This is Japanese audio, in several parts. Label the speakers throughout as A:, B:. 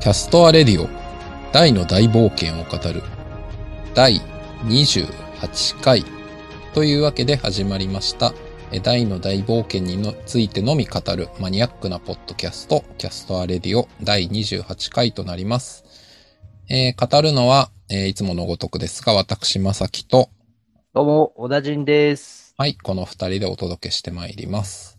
A: キャストアレディオ大の大冒険を語る第28回というわけで始まりましたえ大の大冒険にのついてのみ語るマニアックなポッドキャストキャストアレディオ第28回となります、えー語るのは、えーいつものごとくですが私まさきと
B: どうも、小田人です。
A: はい、この二人でお届けしてまいります。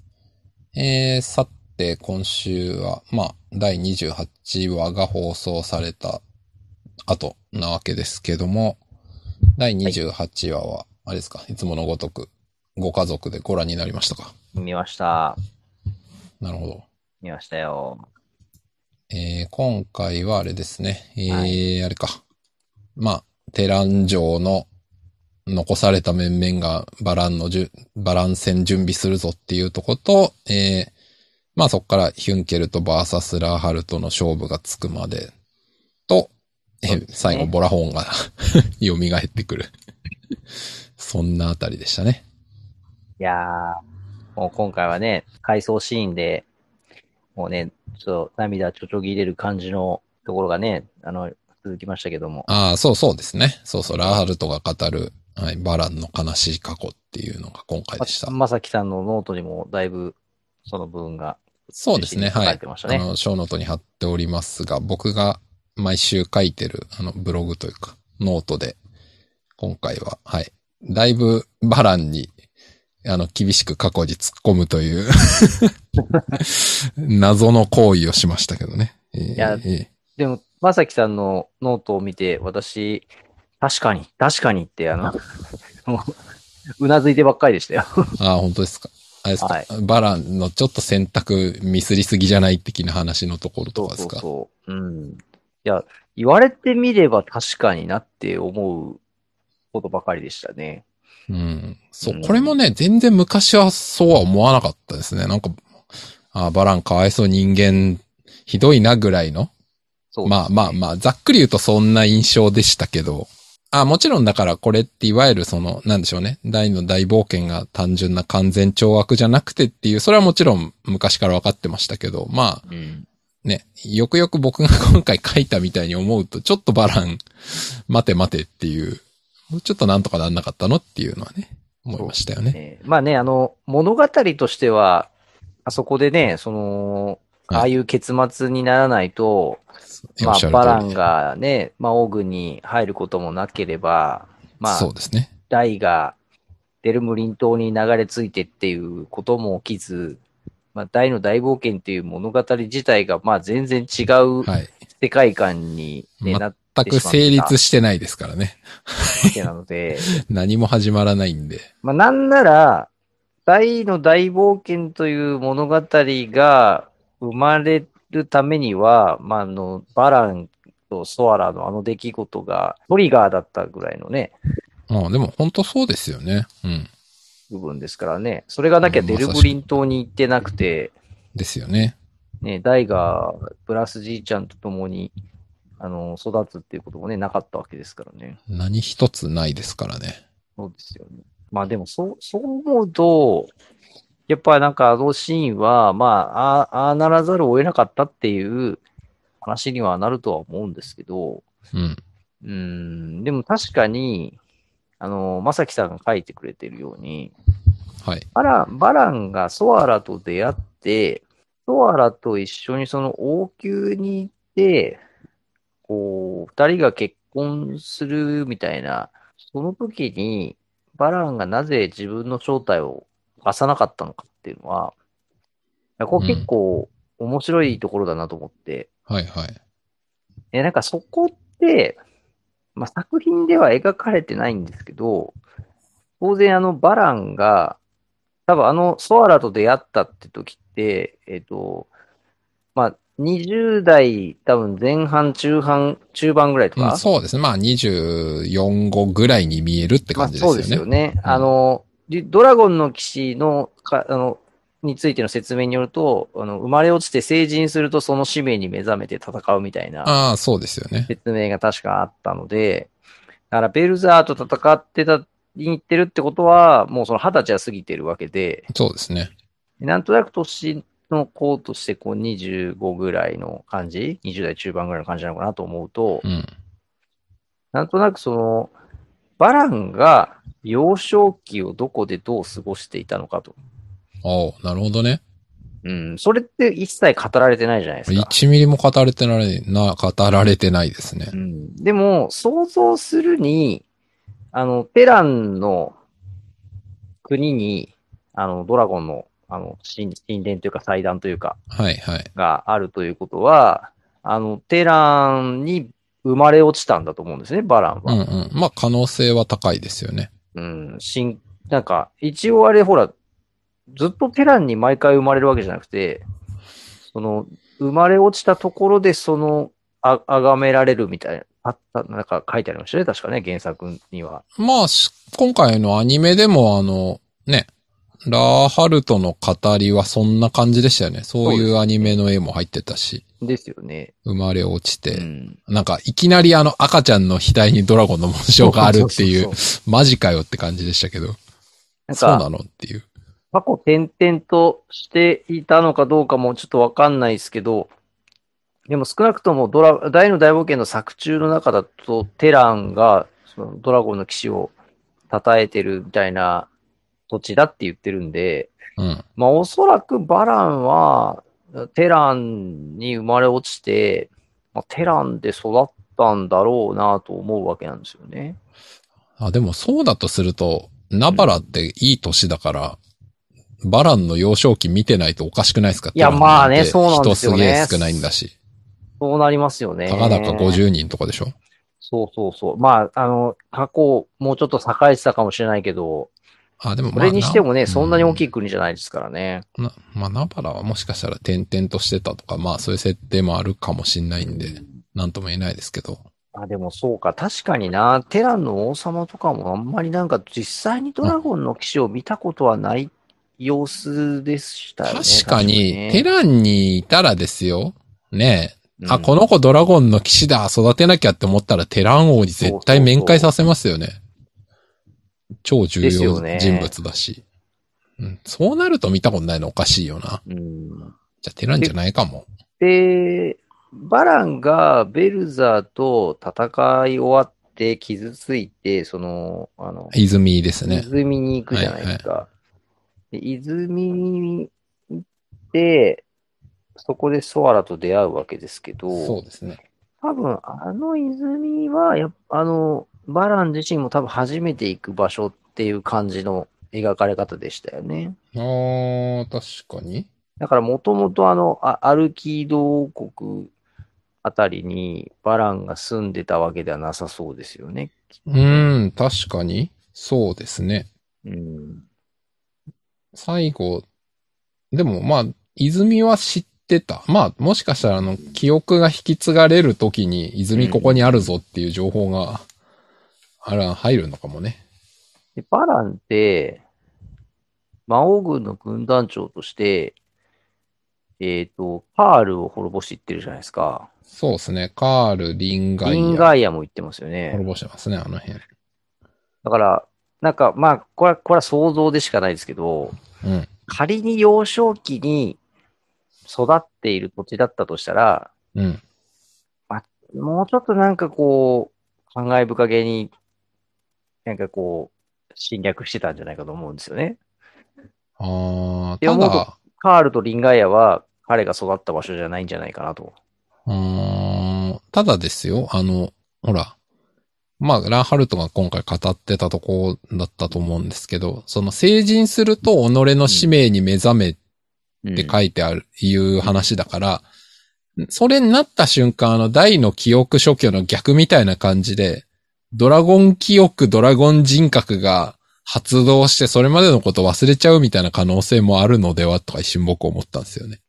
A: えー、さて、今週は、まあ、第28話が放送された後なわけですけども、第28話は、あれですか、いつものごとく、ご家族でご覧になりましたか
B: 見ました。
A: なるほど。
B: 見ましたよ。
A: えー、今回はあれですね、えー、
B: は
A: あれか。まあ、テラン城の残された面々がバランのじゅ、バラン戦準備するぞっていうとこと、えー、まあそこからヒュンケルとバーサスラーハルとの勝負がつくまでと、えー
B: そうですね
A: 最後ボラホーンが 蘇ってくる。そんなあたりでしたね。
B: いやー、もう今回はね、回想シーンで、もうね、ちょっと涙ちょちょぎれる感じのところがね、あの、続きましたけども。
A: ああ、そうそうですね。そうそう、ラーハルトが語る、はい、バランの悲しい過去っていうのが今回でした
B: ま。まさきさんのノートにもだいぶその部分が、
A: そうですね、
B: 中
A: は
B: 心に
A: い
B: 書い。てました
A: あ
B: ね。
A: の、ショーノートに貼っておりますが、僕が毎週書いてる、あの、ブログというか、ノートで、今回は、はい。だいぶバランに、あの、厳しく過去に突っ込むという、 謎の行為をしましたけどね。えー
B: や
A: え
B: でも、まさきさんのノートを見て、私、確かに、確かにって、あの、 もう、うなずいてばっかりでしたよ。
A: ーああ、本当ですか。あれですか、
B: はい
A: バランのちょっと選択ミスりすぎじゃない的な話のところと
B: そう
A: かですか。
B: そうそう。うん。いや、言われてみれば確かになって思うことばかりでしたね。
A: うん。そうう、
B: ん
A: これもね、全然昔はそうは思わなかったですね。なんか、あーバランかわいそう人間、ひどいなぐらいの。
B: そう。
A: まあまあまあ、ざっくり言うとそんな印象でしたけど。あーもちろんだからこれっていわゆるその、なんでしょうね。大の大冒険が単純な完全懲悪じゃなくてっていう、それはもちろん昔から分かってましたけど、まあ、
B: うん。
A: ね、よくよく僕が今回書いたみたいに思うと、ちょっとバラン、 待て待てっていう、もうちょっとなんとかなんなかったのっていうのはね、思いましたよね。
B: ねまあね、あの、物語としては、あそこでね、その、
A: はい
B: ああいう結末にならないと、
A: お
B: ま
A: っ
B: あ
A: し、ゃる
B: バラ
A: 通り
B: ンがね、魔王軍に入ることもなければ、ま
A: そ
B: あ
A: う、ですね。
B: ダイがデルムリン島に流れ着いてっていうことも起きず、まあ、大の大冒険っていう物語自体が、まあ、全然違う
A: はい。
B: 世界観に、ね
A: ま
B: なっ
A: 全く成立してないですからね。
B: たわけなので、
A: 何も始まらないんで。
B: まあなんなら、大の大冒険という物語が生まれるためには、まあ、あの、バランとソアラのあの出来事がトリガーだったぐらいのね、
A: まあでも本当そうですよね。うん。
B: 部分ですからね。それがなきゃデルブリン島に行ってなくて、
A: ですよね。
B: ね、ダイがプラスじいちゃんと共に、あの、育つっていうこともね、なかったわけですからね。
A: 何一つないですからね。
B: そうですよね。まあでも、そう、そう思うと、やっぱなんかあのシーンは、まあ、ああ、ああならざるを得なかったっていう話にはなるとは思うんですけど、
A: うん。
B: うーん、でも確かに、あの、まさきさんが書いてくれてるように、
A: はい。
B: バラン、バランがソアラと出会って、ソアラと一緒にその王宮に行って、こう、二人が結婚するみたいな、その時に、バランがなぜ自分の正体を明かさなかったのかっていうのは、いやこれ結構面白いところだなと思って、
A: はいはい。
B: え、なんかそこって、まあ、作品では描かれてないんですけど、当然あのバランが、多分あのソアラと出会ったって時って、えっ、と、まあ、20代多分前半、中半、中盤ぐらいと
A: う
B: か、
A: ん、そうですね。まあ24号ぐらいに見えるって
B: まあ
A: 感じですよ
B: そう
A: ね。
B: ですよね。
A: うん
B: あの、でドラゴンの騎士のか、あの、についての説明によると、あの、生まれ落ちて成人するとその使命に目覚めて戦うみたいな。
A: ああ、そうですよね。
B: 説明が確かあったので、だからベルザーと戦ってた、行ってるってことは、もうその二十歳は過ぎてるわけで、
A: そうですね。
B: なんとなく年の子としてこう25ぐらいの感じ、20代中盤ぐらいの感じなのかなと思うと、
A: うん。
B: なんとなくその、バランが幼少期をどこでどう過ごしていたのかと。
A: ああ、なるほどね。
B: うん、それって一切語られてないじゃないですか。
A: 1ミリも語られてられな、語られてないですね
B: う。ん、でも、想像するに、あの、ペランの国に、あの、ドラゴンの、あの、神神殿というか祭壇というか、
A: はいはい。
B: があるということは、あの、テランに生まれ落ちたんだと思うんですね、バラン
A: うんう
B: は。
A: ん。まあ可能性は高いですよね。
B: うん、しん、なんか、一応あれ、ほら、ずっとテランに毎回生まれるわけじゃなくて、その、生まれ落ちたところで、その、あ、あがめられるみたいな、あった、なんか書いてありましたね、確かね、原作には。
A: まあ、し今回のアニメでもあの、ね、ラーハルトの語りはそんな感じでしたよね。そう
B: そう
A: い
B: です
A: う
B: ね
A: アニメの絵も入ってたし、
B: ですよね。
A: 生まれ落ちて、
B: うん。
A: なんかいきなりあの赤ちゃんの額にドラゴンの紋章があるっていう
B: そ、そそそ
A: マジかよって感じでしたけど、
B: うなん
A: そう
B: か、
A: なのっていう。
B: 過去転々としていたのかどうかもちょっとわかんないですけど、でも少なくともドラ、大の大冒険の作中の中だと、テランがそのドラゴンの騎士を称えてるみたいな土地だって言ってるんで、
A: うん。
B: まあおそらくバランは、テランに生まれ落ちて、まあ、テランで育ったんだろうなと思うわけなんですよね。
A: あ、でもそうだとすると、ナバラっていい年だから、バランの幼少期見てないとおかしくないですか
B: いやまあね
A: テランなんて
B: そうなんですよね
A: 人すげえ少ないんだし。
B: そうなりますよね。
A: たかだか50人とかでしょ
B: そうそうそう。まあ、あの、過去、もうちょっと栄えてたかもしれないけど、
A: あ、でもま
B: そ
A: あ
B: れにしてもね、
A: な
B: そんなに大き
A: い。
B: い国じゃないですからね。
A: なまあ、ナバラはもしかしたら点々としてたとか、まあそういう設定もあるかもしんないんで、なんとも言えないですけど。
B: あ、でもそうか。確かにな、テランの王様とかもあんまりなんか実際にドラゴンの騎士を見たことはない様子でしたよね。
A: 確かに、テ
B: ラ
A: ランにいたらですよ。ねえ。あ、こ
B: の、
A: の子ドラゴンの騎士だ、育てなきゃって思ったらテラン王に絶対面会させますよね。超重
B: ですよ
A: 要
B: ね
A: 人物だし、うん。そうなると見たことないのおかしいよな。
B: うん。
A: じゃあテランじゃないかも。
B: で、バランがベルザーと戦い終わって傷ついて、その、あの、
A: 泉ですね。
B: 泉に行くじゃないですか。で泉に行って、そこでソアラと出会うわけですけ
A: そ
B: ど、
A: うですね。
B: 多分あの泉はやっぱ、あの、バラン自身も多分初めて行く場所っていう感じの描かれ方でしたよね。
A: あー、確かに。
B: だからもともとあの、あアルキード王国あたりにバランが住んでたわけではなさそうですよね。
A: うーん、確かに。そうですね。
B: うん。
A: 最後、でもまあ、泉は知ってた。まあ、もしかしたらあの、記憶が引き継がれるときに、泉ここにあるぞっていう情報が、あら、入るのかもね。
B: で、バランって、魔王軍の軍団長として、えっ、と、パールを滅ぼしていってるじゃないですか。
A: そうですね。カール、リンガ
B: リン
A: イア。
B: ガイアも言ってますよね
A: 滅。ぼしてますね、あの辺。
B: だから、なんか、まあ、これは、これは想像でしかないですけど、
A: うん。
B: 仮に幼少期に育っている土地だったとしたら、
A: うん。
B: もうちょっとなんかこう、感慨深げに、なんかこう、侵略してたんじゃないかと思うんですよね。
A: あー、
B: いや
A: た
B: もっ
A: だ、
B: カールとリンガイアは、彼が育った場所じゃないんじゃないかなと。
A: うーん、ただですよ、あの、ほら、まあ、ランハルトが今回語ってたとこだったと思うんですけど、その成人すると己の使命に目覚めって書いてある、いう話だから、それになった瞬間、あの、大の記憶初期の逆みたいな感じで、ドラゴン記憶、ドラゴン人格が発動して、それまでのこと忘れちゃうみたいな可能性もあるのではとか一瞬僕思ったんですよね。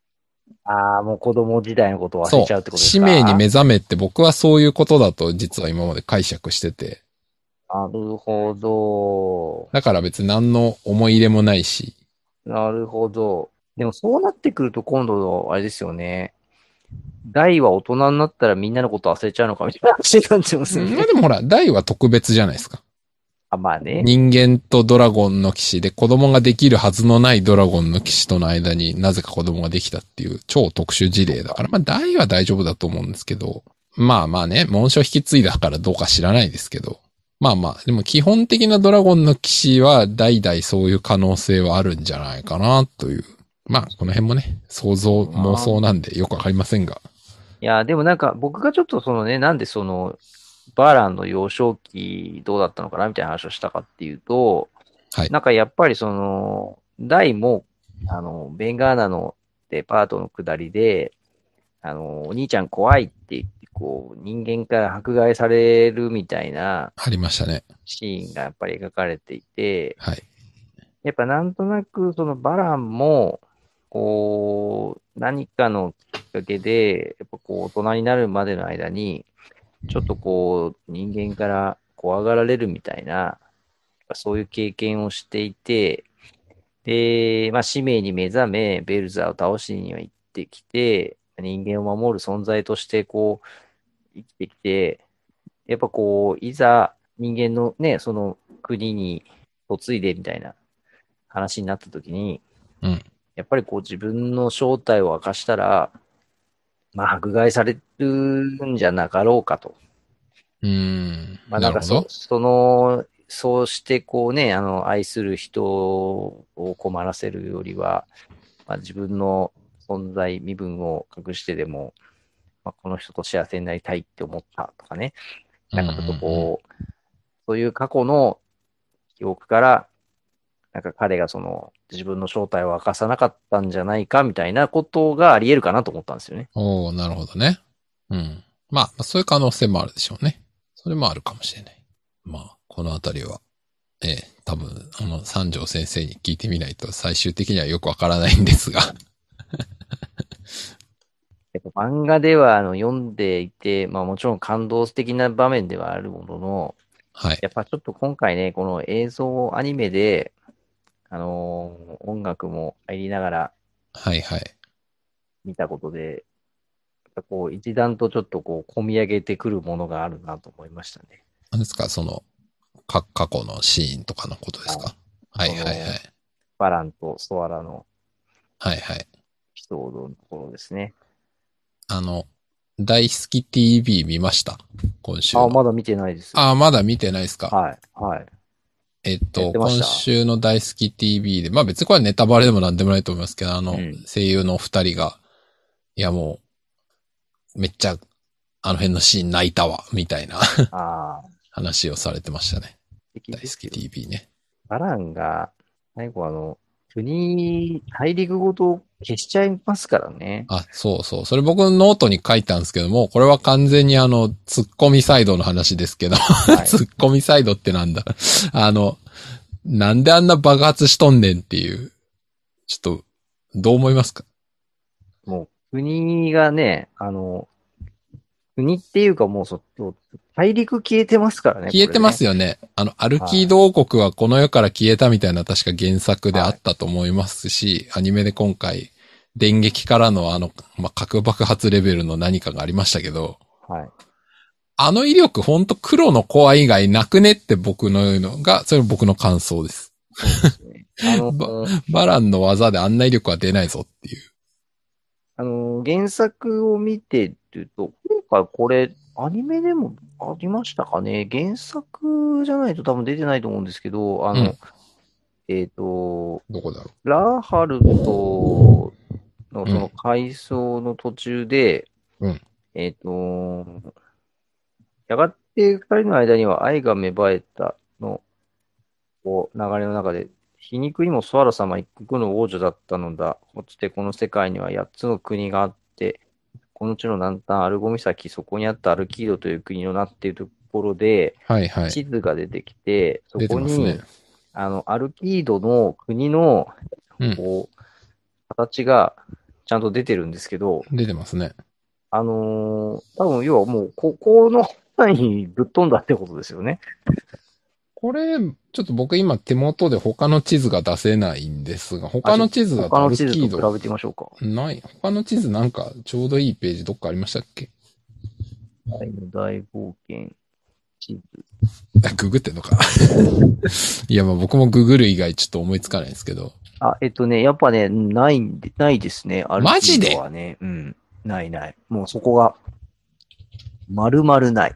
B: ああ、もう子供時代のことを忘
A: そ
B: れちゃうっ
A: う。
B: てことです
A: 使
B: か
A: 命に目覚めって僕はそういうことだと実は今まで解釈してて。
B: なるほど。
A: だから別に何の思い入れもないし。
B: なるほど。でもそうなってくると今度、あれですよね。大は大人になったらみんなのこと忘れちゃうのかみたいな話になっちゃいますよ
A: まあ
B: ね。
A: でもほら、大は特別じゃないですか。
B: あ、まあね。
A: 人間とドラゴンの騎士で子供ができるはずのないドラゴンの騎士との間になぜか子供ができたっていう超特殊事例だから、まあ大は大丈夫だと思うんですけど、まあまあね、紋章引き継いだからどうか知らないですけど、まあまあ、でも基本的なドラゴンの騎士は代々そういう可能性はあるんじゃないかなという。まあ、この辺もね、想像、妄想なんでよくわかりませんが。
B: いや、でもなんか僕がちょっとそのね、なんでその、バーランの幼少期どうだったのかなみたいな話をしたかっていうと、
A: はい
B: なんかやっぱりその、ダイも、あの、ベンガーナのデパートの下りで、あの、お兄ちゃん怖いって言って、こう、人間から迫害されるみたいな
A: ありましたね。
B: シーンがやっぱり描かれていて、
A: はい。
B: やっぱなんとなく、そのバランも、こう、何かのきっかけで、やっぱこう、大人になるまでの間に、ちょっとこう、人間から怖がられるみたいな、やっぱそういう経験をしていて、で、まあ、使命に目覚め、ベルザーを倒しには行ってきて、人間を守る存在として、こう、生きてきて、やっぱこう、いざ人間のね、その国に嫁いでみたいな、話になった時に、
A: うん
B: やっぱりこう自分の正体を明かしたら、まあ、迫害されるんじゃなかろうかと。
A: うーん。
B: まあ、
A: な
B: な
A: る
B: んか
A: ほ
B: そ
A: ど。
B: その、そうしてこうね、あの、愛する人を困らせるよりは、まあ、自分の存在、身分を隠してでも、まあ、この人と幸せになりたいって思ったとかね。なんかちょっと
A: うんうんうん
B: こう、そういう過去の記憶から、なんか彼がその自分の正体を明かさなかったんじゃないかみたいなことがあり得るかなと思ったんですよね。
A: おおなるほどね。うん。まあ、まあそういう可能性もあるでしょうね。それもあるかもしれない。まあ、このあたりは、ええ、多分、あの、三条先生に聞いてみないと最終的にはよくわからないんですが。
B: やっぱ漫画ではあの読んでいて、まあもちろん感動的な場面ではあるものの、
A: はい。
B: やっぱちょっと今回ね、この映像アニメで、あのー音楽も入りながら
A: はいはい。
B: 見たことで、やっぱこう一段とちょっとこう込み上げてくるものがあるなと思いましたね。
A: 何ですか、その、か、過去のシーンとかのことですか。はいはいはい。
B: バランとソアラの
A: はいはい。
B: エピソードのところですね。
A: あの、大好き TV 見ました。今週の。
B: あ、まだ見てないです。
A: あー、まだ見てないですか。
B: はい、 はい。
A: えっ
B: や
A: と、
B: って
A: 今
B: ました
A: 週の大好き TV で、まあ別にこれはネタバレでもなんでもないと思いますけど、あの、
B: うん
A: 声優のお二人が、いやもう、めっちゃ、あの辺のシーン泣いたわ、みたいな
B: ああ、
A: 話をされてましたね。
B: 素敵
A: 大
B: で
A: 好
B: す
A: き
B: よ
A: TV ね。
B: バランが、最後あの、国、大陸ごと消しちゃいますからね。
A: あ、そうそう。それ僕のノートに書いたんですけども、これは完全にあの、ツッコミサイドの話ですけど、
B: は い
A: ツッコミサイドってなんだ あの、なんであんな爆発しとんねんっていう、ちょっと、どう思いますか
B: もう、国がね、あの、国っていうかもうそ、大陸消えてますからね。
A: 消えてます
B: よ。
A: よね。あの、アルキード王国はこの世から消えたみたいな確か原作であったと思いますし、アニメで今回、電撃からのあの、まあ、核爆発レベルの何かがありましたけど、
B: はい。
A: あの威力ほんと黒のコア以外なくねって僕の言うのが、それ僕の感想です。
B: そうですね。あの、
A: バランの技であんな威力は出ないぞっていう。
B: あの、原作を見てると、今回これ、アニメでもありましたかね原作じゃないと多分出てないと思うんですけど、あの、
A: うん
B: えっ、と、
A: どこだろ
B: ラーハルトの
A: ん
B: その回想の途中で、
A: うん
B: えっ、と、やがて二人の間には愛が芽生えたの、こう、流れの中で、皮肉にもソアラ様一国の王女だったのだ。こつてこの世界には八つの国があって、この地の南端アルゴ岬、そこにあったアルキードという国のなっているところで、
A: う。はいはい。
B: 地図が出てきて、
A: 出
B: そ
A: て
B: こ
A: ます
B: に、
A: ね。
B: あの、アルキードの国の、
A: うん。
B: こう、形がちゃんと出てるんですけど、
A: 出てますね。
B: あのー多分要はもう、ここの範囲にぶっ飛んだってことですよね。
A: これ、ちょっと僕今手元で他の地図が出せないんですが、他の地図だと
B: 他
A: ア
B: の
A: ルキ
B: 地
A: ー
B: 図
A: ド
B: と比べてみましょうか。
A: ない。他の地図なんかちょうどいいページどっかありましたっけ
B: 大の大冒険。地図。
A: あ ググってんのか。 いや、まあ僕もググる以外ちょっと思いつかないですけど。
B: あ、えっとね、やっぱね、ないんで、ないですね。ある
A: マジで
B: はね、うん。ないない。もうそこが、丸々ない。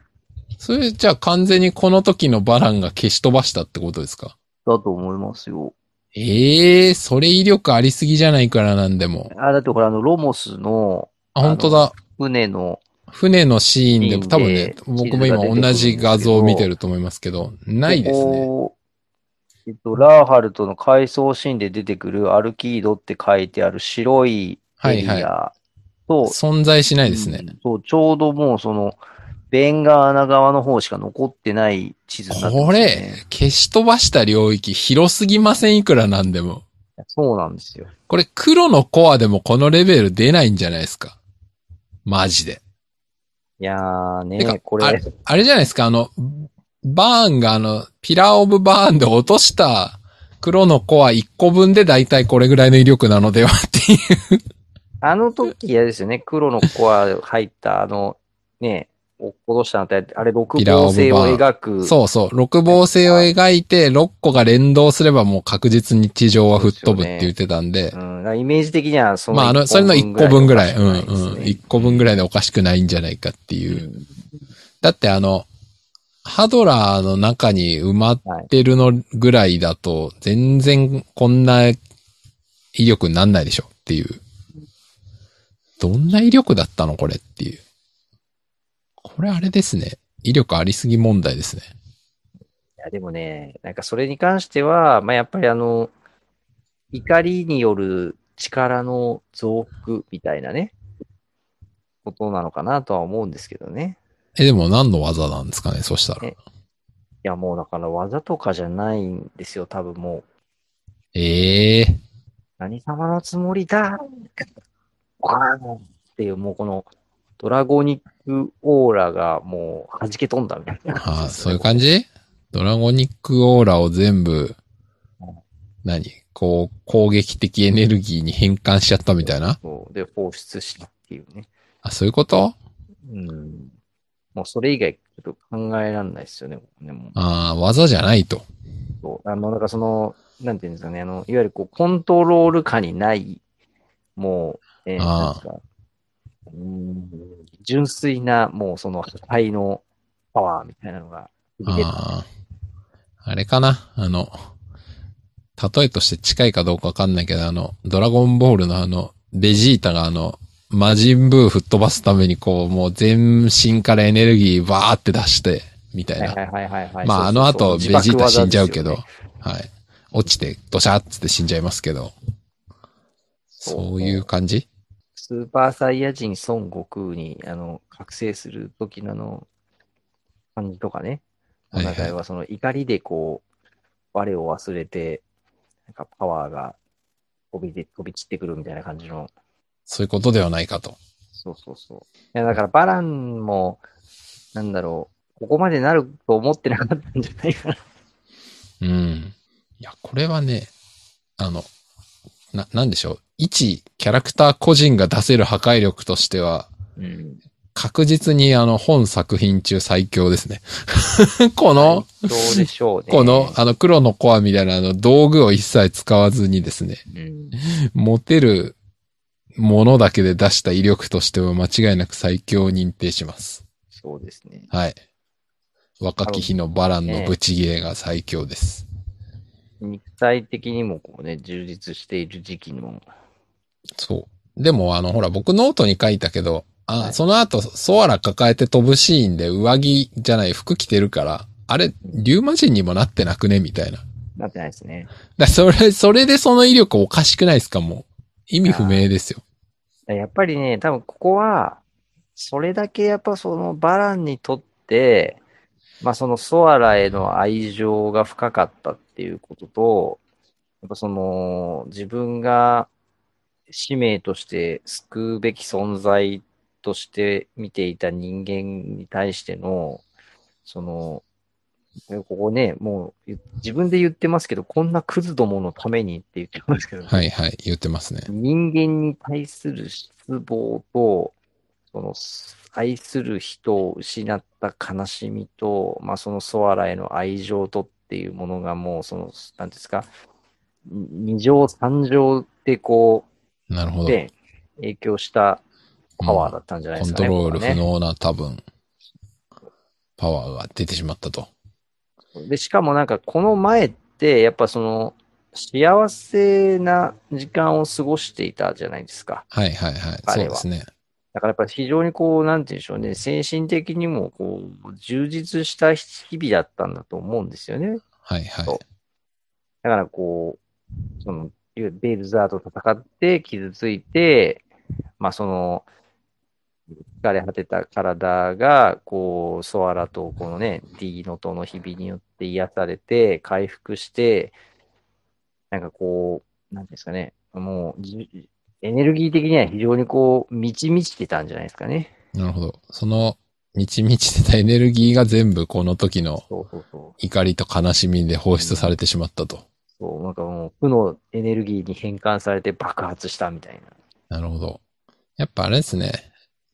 A: それじゃあ完全にこの時のバランが消し飛ばしたってことですか
B: だと思いますよ。
A: ええー、それ威力ありすぎじゃないからなんでも。
B: あ、だってこれあの、ロモスの
A: あ、本当だ。
B: 船の、
A: 船のシーンで、多分ね、
B: シーンで
A: 僕も今同じ画像を見てると思いますけど、ないですね。
B: こうえっと、ラーハルトの回想シーンで出てくるアルキードって書いてある白いエリ
A: はい
B: アと、
A: 存在しないですね。
B: うんそう、ちょうどもうその、ベンガーナ側の方しか残ってない地図になって
A: こ
B: ますね
A: れ、消し飛ばした領域広すぎませんいくらなんでも。
B: そうなんですよ。
A: これ黒のコアでもこのレベル出ないんじゃないですか。マジで。
B: いやー
A: てか
B: ね、こ
A: あ
B: れ
A: れ、あれじゃないですか、あの、バーンがあの、ピラーオブバーンで落とした黒のコア1個分でだいたいこれぐらいの威力なのではっていう。
B: あの時、あれですよね、黒のコア入った、あの、ね、落っことしたのって、あれ、六
A: ピラーオブ
B: 芒
A: バー
B: 星を描く。
A: そうそう。六芒星を描いて、6個が連動すればもう確実に地上は吹っ飛ぶって言ってたんで。
B: うん、だからイメージ的には、その、
A: まあ、あの、それの1個分ぐらい。うんうん。
B: 一
A: 1個分ぐらいでおかしくないんじゃないかっていう。
B: うん
A: だってあの、ハドラーの中に埋まってるのぐらいだと、全然こんな威力になんないでしょっていう。どんな威力だったのこれっていう。これあれですね。威力ありすぎ問題ですね。
B: いや、でもね、なんかそれに関しては、まあ、やっぱりあの、怒りによる力の増幅みたいなね、ことなのかなとは思うんですけどね。
A: え、でも何の技なんですかねそしたら。
B: いや、もうだから技とかじゃないんですよ、多分もう。
A: ええ
B: 何様のつもりだわーっていう、もうこの、ドラゴニックオーラがもう弾け飛んだみたいな。
A: ああ、そういう感じドラゴニックオーラを全部、何こう、攻撃的エネルギーに変換しちゃったみたいな
B: そうで、放出したっていうね。
A: あ、そういうこと
B: うん。もうそれ以外、ちょっと考えられないですよね、ここねもう
A: ああ、技じゃないと。
B: そうあの、なんかその、なんていうんですかね、あの、いわゆるこう、コントロール下にない、もう、えーなん
A: あ
B: か、うーん、純粋な、もうその、肺のパワーみたいなのが、
A: ああ。あれかなあの、例えとして近いかどうかわかんないけど、あの、ドラゴンボールのあの、ベジータがあの、魔人ブー吹っ飛ばすためにこう、もう全身からエネルギーバーって出して、みたい
B: はい
A: な
B: は。いはいはいはい。
A: まあ、あ
B: そう
A: の
B: そうそう
A: 後、ベジータ死んじゃうけ。
B: 自
A: ど
B: 爆、
A: はい。落ちて、ドシャーっつって死んじゃいますけど、
B: 技ですよね
A: そういう。感じ
B: スーパーサイヤ人孫悟空に、あの、覚醒する時のあの、感じとかね。お
A: はいはい
B: 腹はその怒りでこう、我を忘れて、なんかパワーが飛びで飛び散ってくるみたいな感じの。
A: そういうことではないかと。
B: そうそうそう。いや、だからバランも、なんだろう、ここまでなると思ってなかったんじゃないかな。
A: うん。いや、これはね、あの、な、なんでしょう。一、キャラクター個人が出せる破壊力としては、
B: うん。
A: 確実にあの、本作品中最強ですね。 この、
B: どうでしょうね。
A: この、あの、黒のコアみたいなあの、道具を一切使わずにですね、
B: うん。
A: 持てるものだけで出した威力としては間違いなく最強を認定します。
B: そうですね。
A: はい。若き日のバランのブチギレが最強です。
B: 肉体的にもこうね、充実している時期の。
A: そう。でもあの、ほら、僕ノートに書いたけど、あ、
B: はい
A: その後、ソアラ抱えて飛ぶシーンで上着じゃない服着てるから、あれ、リュウマ人にもなってなくねみたいな。だか
B: なってないですね。
A: らそれ、それでその威力おかしくないですかもう。意味不明ですよ。
B: やっぱりね、多分ここは、それだけやっぱそのバランにとって、まあそのソアラへの愛情が深かったっていうことと、やっぱその自分が使命として救うべき存在として見ていた人間に対しての、その、ここね、もう自分で言ってますけど、こんなクズどものためにって言ってますけどね
A: はいはい、言ってますね。
B: 人間に対する失望と、その、愛する人を失った悲しみと、まあ、そのソアラへの愛情とっていうものがもう、その、なんですか、二乗、三乗ってこ
A: なるほ
B: う、
A: ど。
B: で、影響したパワーだったんじゃないで
A: コ
B: す
A: ン
B: かね。
A: トロール
B: ここは
A: 不
B: ね
A: 能な多分、パワーが出てしまったと。
B: で、しかもなんかこの前って、やっぱその、幸せな時間を過ごしていたじゃないですか。
A: はいはいはい。そ
B: 彼
A: うで
B: は
A: すね。
B: だからやっぱ非常にこう、なんて言うんでしょうね、精神的にもこう、充実した日々だったんだと思うんですよね。
A: はいはい。
B: そうだからこう、その、いわゆるベルザーと戦って傷ついて、まあその、疲れ果てた体が、こう、ソアラとこのね、D のとの日々によって癒されて、回復して、なんかこう、なんていうんですかね、もうじ、エネルギー的には非常にこう、満ち満ちてたんじゃないですかね。
A: なるほど。その、満ち満ちてたエネルギーが全部この時の
B: そうそうそう。
A: 怒りと悲しみで放出されてしまったと。
B: そう、なんかもう、負のエネルギーに変換されて爆発したみたいな。
A: なるほど。やっぱあれですね。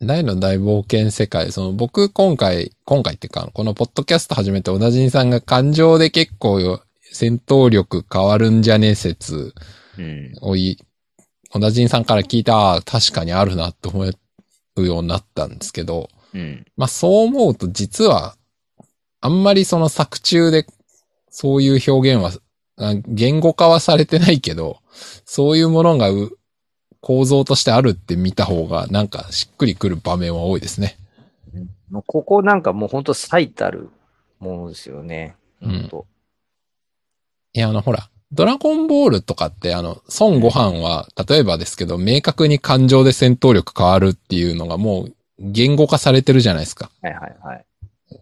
A: 大の大冒険世界。その僕今回、今回っていうか、このポッドキャスト始めて小田人さんが感情で結構よ戦闘力変わるんじゃねえ説
B: うん。
A: をい、小田人さんから聞いた、ああ確かにあるなって思うようになったんですけど、
B: うん。
A: まあそう思うと実は、あんまりその作中でそういう表現は、あ言語化はされてないけど、そういうものがう構造としてあるって見た方がなんかしっくりくる場面は多いですね。
B: もうここなんかもう本当最たるものですよね。
A: うん
B: 本当。
A: いやあのほら、ドラゴンボールとかってあの、孫悟飯は、例えばですけど、明確に感情で戦闘力変わるっていうのがもう言語化されてるじゃないですか。
B: はいはいはい。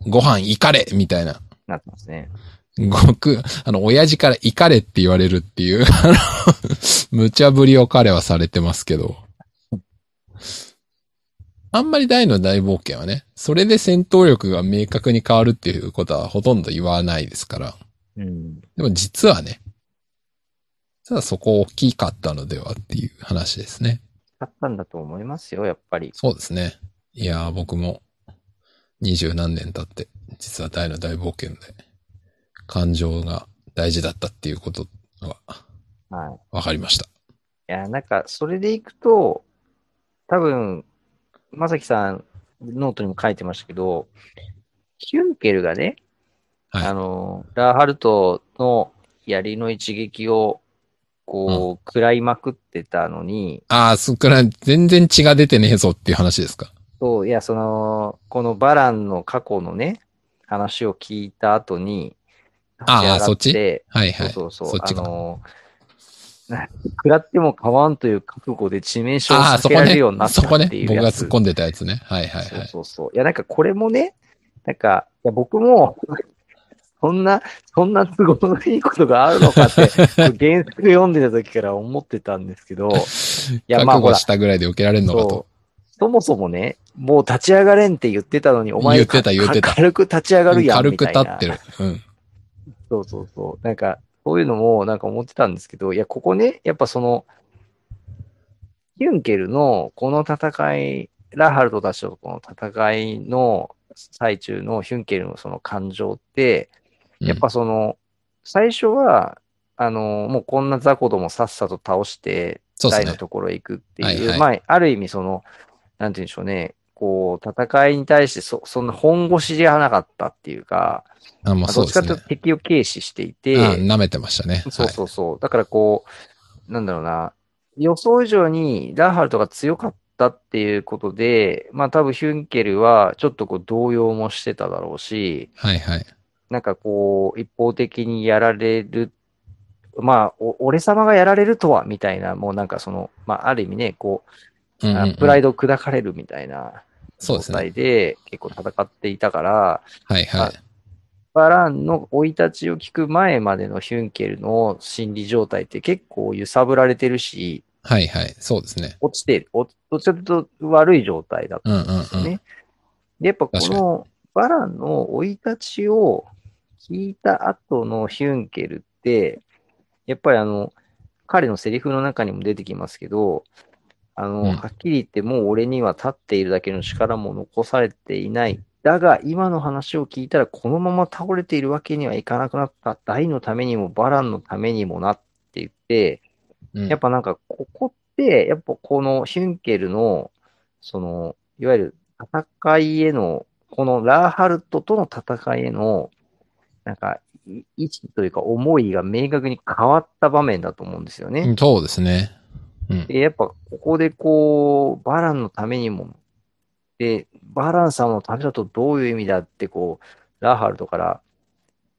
A: ご飯行かれみたいな。
B: なってますね。
A: ごく、あの、親父から行かれって言われるっていう、 あの、無茶ぶりを彼はされてますけど。あんまり大の大冒険はね、それで戦闘力が明確に変わるっていうことはほとんど言わないですから。
B: うん。
A: でも実はね、実はそこ大きかったのではっていう話ですね。
B: あったんだと思いますよ、やっぱり。
A: そうですね。いやー、僕も、二十何年経って、実は大の大冒険で、感情が大事だったっていうことは、
B: は
A: わかりました。
B: い。いや、なんかそれでいくと、多分、まさきさん、ノートにも書いてましたけど、ヒュンケルがね、
A: はい
B: あの、ラーハルトの槍の一撃を、こう、食らいまくってたのに、
A: あー、すっからい、全然血が出てねえぞっていう話ですか。
B: そう、いや、その、このバランの過去のね、話を聞いた後に、
A: ああ
B: 立上がて
A: はいはい。
B: そうそう
A: そ
B: そう
A: っ、
B: あ
A: ちか
B: の、な 食らっても構わんという覚悟で致命傷を
A: ああー、
B: 避
A: そ
B: け
A: こ
B: られ
A: ね
B: るようにな。った
A: そ
B: って
A: こね。
B: いう
A: 僕
B: や
A: が
B: つ。
A: 突っ込んでたやつね。はいはいはい。
B: そうそうそう。いや、なんかこれもね、なんか、いや僕も、 そんな、そんな都合のいいことがあるの かって、原作読んでた時から思ってたんですけど、いや、ま
A: 覚悟
B: あほら、
A: したぐらいで受けられるのかと
B: そ。うそもそもね、もう立ち上がれんって言ってたのに、お前
A: 言ってた
B: か
A: 言ってた
B: か軽く立ち上がるやん
A: 軽
B: み
A: く
B: たい
A: 立
B: な。
A: ってる。うん。
B: そうそうそう。なんか、そういうのもなんか思ってたんですけど、いや、ここね、やっぱその、ヒュンケルのこの戦い、ラハルトたちとこの戦いの最中のヒュンケルのその感情って、
A: うん
B: やっぱその、最初は、あの、もうこんな雑魚どもさっさと倒して、
A: そうで
B: 台
A: す
B: の
A: ね。
B: ところへ行くって
A: はい
B: いう、
A: はい
B: まあ、ある意味その、なんて言うんでしょうね、こう、戦いに対してそ、そんな本腰じゃなかったっていうか、
A: あ、まあ
B: まあど
A: そう
B: っ
A: で
B: ちか
A: す
B: とい
A: ね
B: う。と敵を軽視していて、
A: あー舐めてましたね。
B: そうそうそう。だからこう、なんだろうな、予想以上にラハルトが強かったっていうことで、まあ多分ヒュンケルはちょっとこう動揺もしてただろうし、
A: はい。はいはい。
B: なんかこう、一方的にやられる、まあ、お俺様がやられるとは、みたいな、もうなんかその、まあある意味ね、こ
A: う
B: う、
A: んうんうん
B: あプライドを砕かれるみたいな
A: そう
B: 状
A: ですね。
B: 態で結構戦っていたから、
A: はいはい。
B: バランの生い立ちを聞く前までのヒュンケルの心理状態って結構揺さぶられてるし、
A: はいはい。そうですね。
B: 落ちてる、おどっちかというと悪い状態だった
A: うんうん
B: んです
A: う
B: よ
A: ん。
B: ね。で、やっぱこ
A: 確か
B: のバランの生い立ちを聞いた後のヒュンケルって、やっぱりあの、彼のセリフの中にも出てきますけど、あの、
A: うん
B: はっきり言ってもう俺には立っているだけの力も残されていない。だが、今の話を聞いたら、このまま倒れているわけにはいかなくなった。大のためにも、バランのためにもなって言って、
A: うん。
B: やっぱなんか、ここって、やっぱこのヒュンケルの、その、いわゆる戦いへの、このラーハルトとの戦いへの、なんか、い意識というか思いが明確に変わった場面だと思うんですよね。
A: うんそうですね。うん。
B: で、やっぱここでこう、バランのためにも、で、バランさんのためだとどういう意味だってこう、ラーハルトから、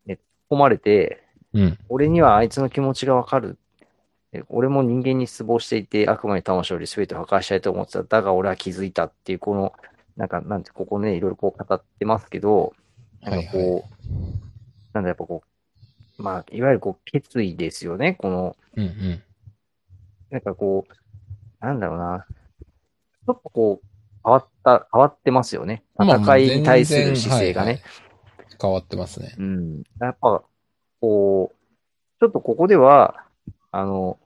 B: ね、突っ込まれて、
A: うん。
B: 俺にはあいつの気持ちがわかる。え俺も人間に失望していて、悪魔に魂より全てを破壊したいと思ってた。だが俺は気づいたっていう、この、なんか、なんて、ここね、いろいろこう語ってますけど、なんかこう、
A: はい
B: なんだ、やっぱこう、まあ、いわゆるこう、決意ですよね。この、
A: うんうん。
B: なんかこう、なんだろうな。ちょっとこう、変わった、変わってますよね。
A: まあまあ
B: 戦いに対する姿勢が
A: 全然はい
B: ね。。
A: はい変わってますね。
B: うん。やっぱ、こう、ちょっとここでは、あの、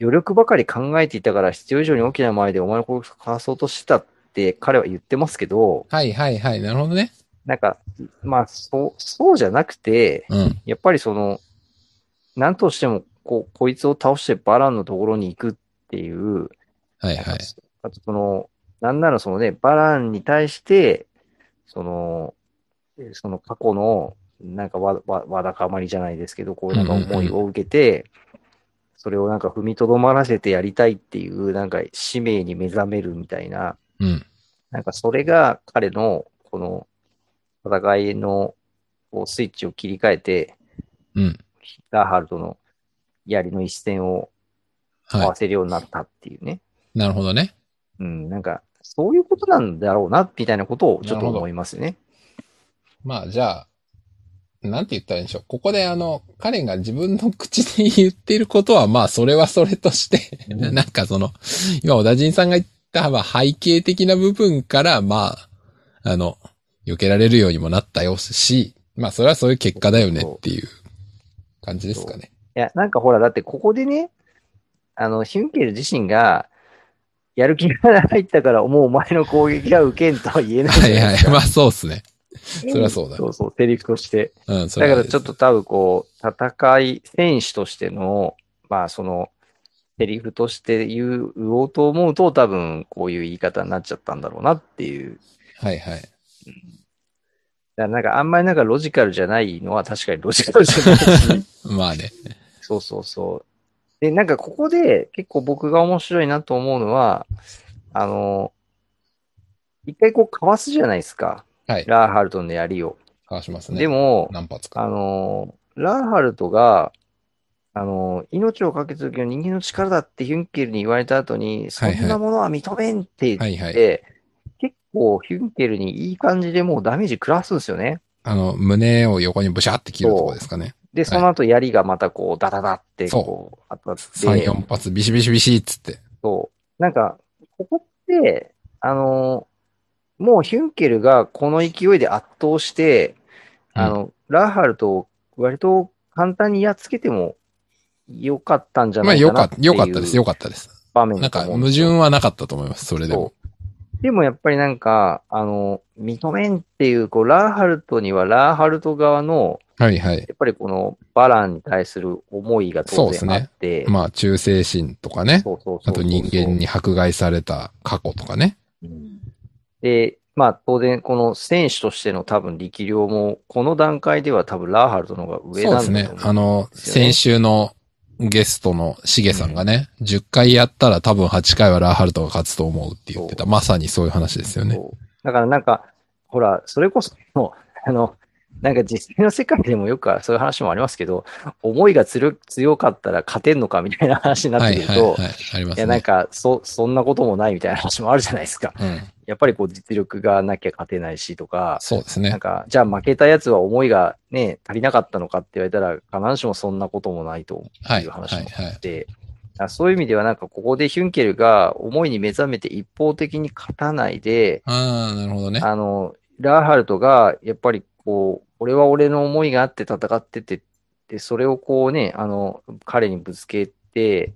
B: 余力ばかり考えていたから必要以上に大きな前でお前のことをかわそうとしてたって彼は言ってますけど、
A: はいはいはい。なるほどね。
B: なんか、まあ、そう、そうじゃなくて、
A: うん。
B: やっぱりその、なんとしても、こう、こいつを倒してバランのところに行くっていう、
A: はいはい。
B: あとその、なんならそのね、バランに対して、その、えーその過去の、なんかわ、わ、わだかまりじゃないですけど、こうなんか思いを受けて、それをなんか踏みとどまらせてやりたいっていう、なんか使命に目覚めるみたいな、
A: うん。
B: なんかそれが彼の、この、戦いの、こう、スイッチを切り替えて、
A: うん。
B: ラーハルトの槍の一線を合
A: は
B: わせるようになったっていうね。
A: い。なるほどね。
B: うん、なんか、そういうことなんだろうな、みたいなことをち
A: な
B: ょっ
A: る
B: と
A: ほど
B: 思いますね。
A: まあじゃあ、なんて言ったらいいんでしょう。ここであの、彼が自分の口で言ってることは、まあそれはそれとして、
B: うん
A: なんかその、今小田人さんが言った、まあ背景的な部分から、まあ、あの、避けられるようにもなったよし、まあそれはそういう結果だよねっていう感じですかね。
B: いや、なんかほら、だってここでね、あの、ヒュンケル自身が、やる気が入ったから、もうお前の攻撃は受けんとは言えない
A: は
B: じゃ
A: い
B: ない
A: は
B: です
A: い。
B: か。
A: まあそうですね。そりゃそうだ
B: そうそう、セリフとして。
A: うん、そ
B: だ
A: れ
B: か
A: は
B: らちょっと多分こう、戦い、戦士としての、まあその、セリフとして言う言おうと思うと、多分こういう言い方になっちゃったんだろうなっていう。
A: はいはい。
B: だからなんかあんまりなんかロジカルじゃないのは確かにロジカルじゃないし。
A: まあね。
B: そうそうそう。で、なんかここで結構僕が面白いなと思うのは、あの、一回こうかわすじゃないですか。
A: はい。
B: ラーハルトの槍を。
A: かわしますね。
B: でも、
A: 何発
B: あ
A: か。
B: の、ラーハルトが、あの、命を懸けた時の人間の力だってヒュンケルに言われた後に、そ
A: はい
B: んなものは認めんって言って、
A: はいはい。
B: 結構ヒュンケルにいい感じでもうダメージ食らすんですよね。
A: あの、胸を横にブシャって切るとこですかね。
B: で、その後槍がまたこう、ダダダってこう、当たって。
A: 3、4発ビシビシビシっつって。
B: そう。なんか、ここって、あのーもうヒュンケルがこの勢いで圧倒して、あの、ラーハルトを割と簡単にやっつけてもよかったんじゃ
A: まあ
B: ない
A: よ
B: か
A: か
B: な
A: っ
B: って
A: た、
B: いう
A: よかったです、よかったです。
B: 場面
A: なん
B: だと
A: か
B: 思う
A: 矛
B: です
A: 盾
B: よ
A: はなかったと思います、それでも
B: そ。うでもやっぱりなんか、あの、認めんっていう、こう、ラーハルトにはラーハルト側の、
A: はいはい。
B: やっぱりこのバランに対する思いが
A: そう
B: 当
A: です
B: 然
A: ね
B: あって、
A: まあ忠誠心とかね。
B: そうそうそ
A: あ
B: うそう
A: と人間に迫害された過去とかね。
B: で、まあ当然この選手としての多分力量も、この段階では多分ラーハルトの方が上
A: そう
B: な
A: で
B: んだと
A: す
B: 思う
A: ね。あの、
B: ですよね
A: 先週のゲストのしげさんがね、10回やったら多分8回はラーハルトが勝つと思うって言ってた。
B: そ
A: まさにそういう話ですよね。
B: そうだからなんか、ほら、それこそ、 もうあの、なんか実際の世界でもよくそういう話もありますけど、思いが強強かったら勝てんのかみたいな話になっ
A: は
B: て
A: い
B: くると、
A: はいはい。ありま
B: いや
A: す
B: なん
A: ね。
B: かそ、そんなこともないみたいな話もあるじゃないですか。
A: うん。
B: やっぱりこう実力がなきゃ勝てないしとか、
A: そうです
B: なん
A: ね。
B: か、じゃあ負けたやつは思いがね、足りなかったのかって言われたら、必ずしもそんなこともないと
A: はい
B: いう
A: はい
B: 話
A: はい
B: も。あって、あそういう意味ではなんかここでヒュンケルが思いに目覚めて一方的に勝たないで、
A: ああ、なるほどね。
B: あの、ラーハルトがやっぱりこう、俺は俺の思いがあって戦ってて、で、それをこうね、あの、彼にぶつけて、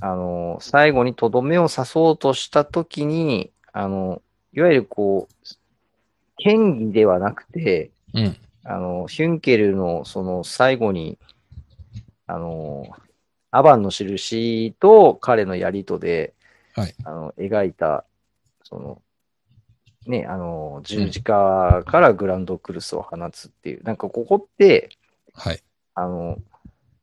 B: あの、最後にとどめを刺そうとしたときに、あの、いわゆるこう、権威ではなくて、
A: うん。
B: あの、ヒュンケルのその最後に、あの、アバンの印と彼のやりとで、
A: はい
B: あの描いた、その、ね、あの、十字架からグランドクルスを放つっていう、なんかここって、
A: はい。
B: あの、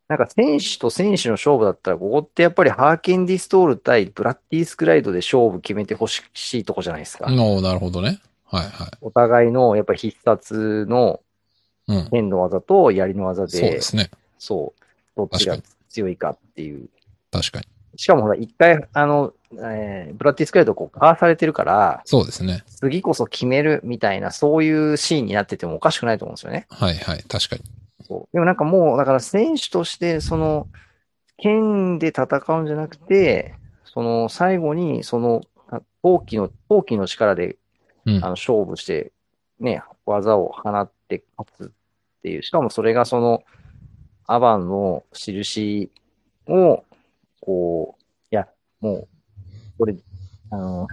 B: なんか選手と選手の勝負だったら、ここってやっぱりハーケンディストール対ブラッディ・スクライドで勝負決めてほしいとこじゃないですか。
A: おーなるほどね。はいは
B: お互いのやっぱり必殺の
A: い。うん。
B: 剣の技と槍の技
A: そう
B: で
A: で、すね。
B: そう、どっ
A: 確
B: ち
A: か
B: が
A: に。
B: 強いかっていう。
A: 確かに。
B: しかもほら、一回、あの、えーブラッディ・スクライドこう、かわされてるから、
A: そうですね。
B: 次こそ決めるみたいな、そういうシーンになっててもおかしくないと思うんですよね。
A: はいはい。確かに。
B: そう。でもなんかもう、だから選手として、その、剣で戦うんじゃなくて、その、最後に、その、あ闘気の、闘気の力で、
A: うん
B: あの、勝負して、ね、技を放って勝つっていう。しかもそれがその、アバンの印を、こう、いや、もう、これ、あの、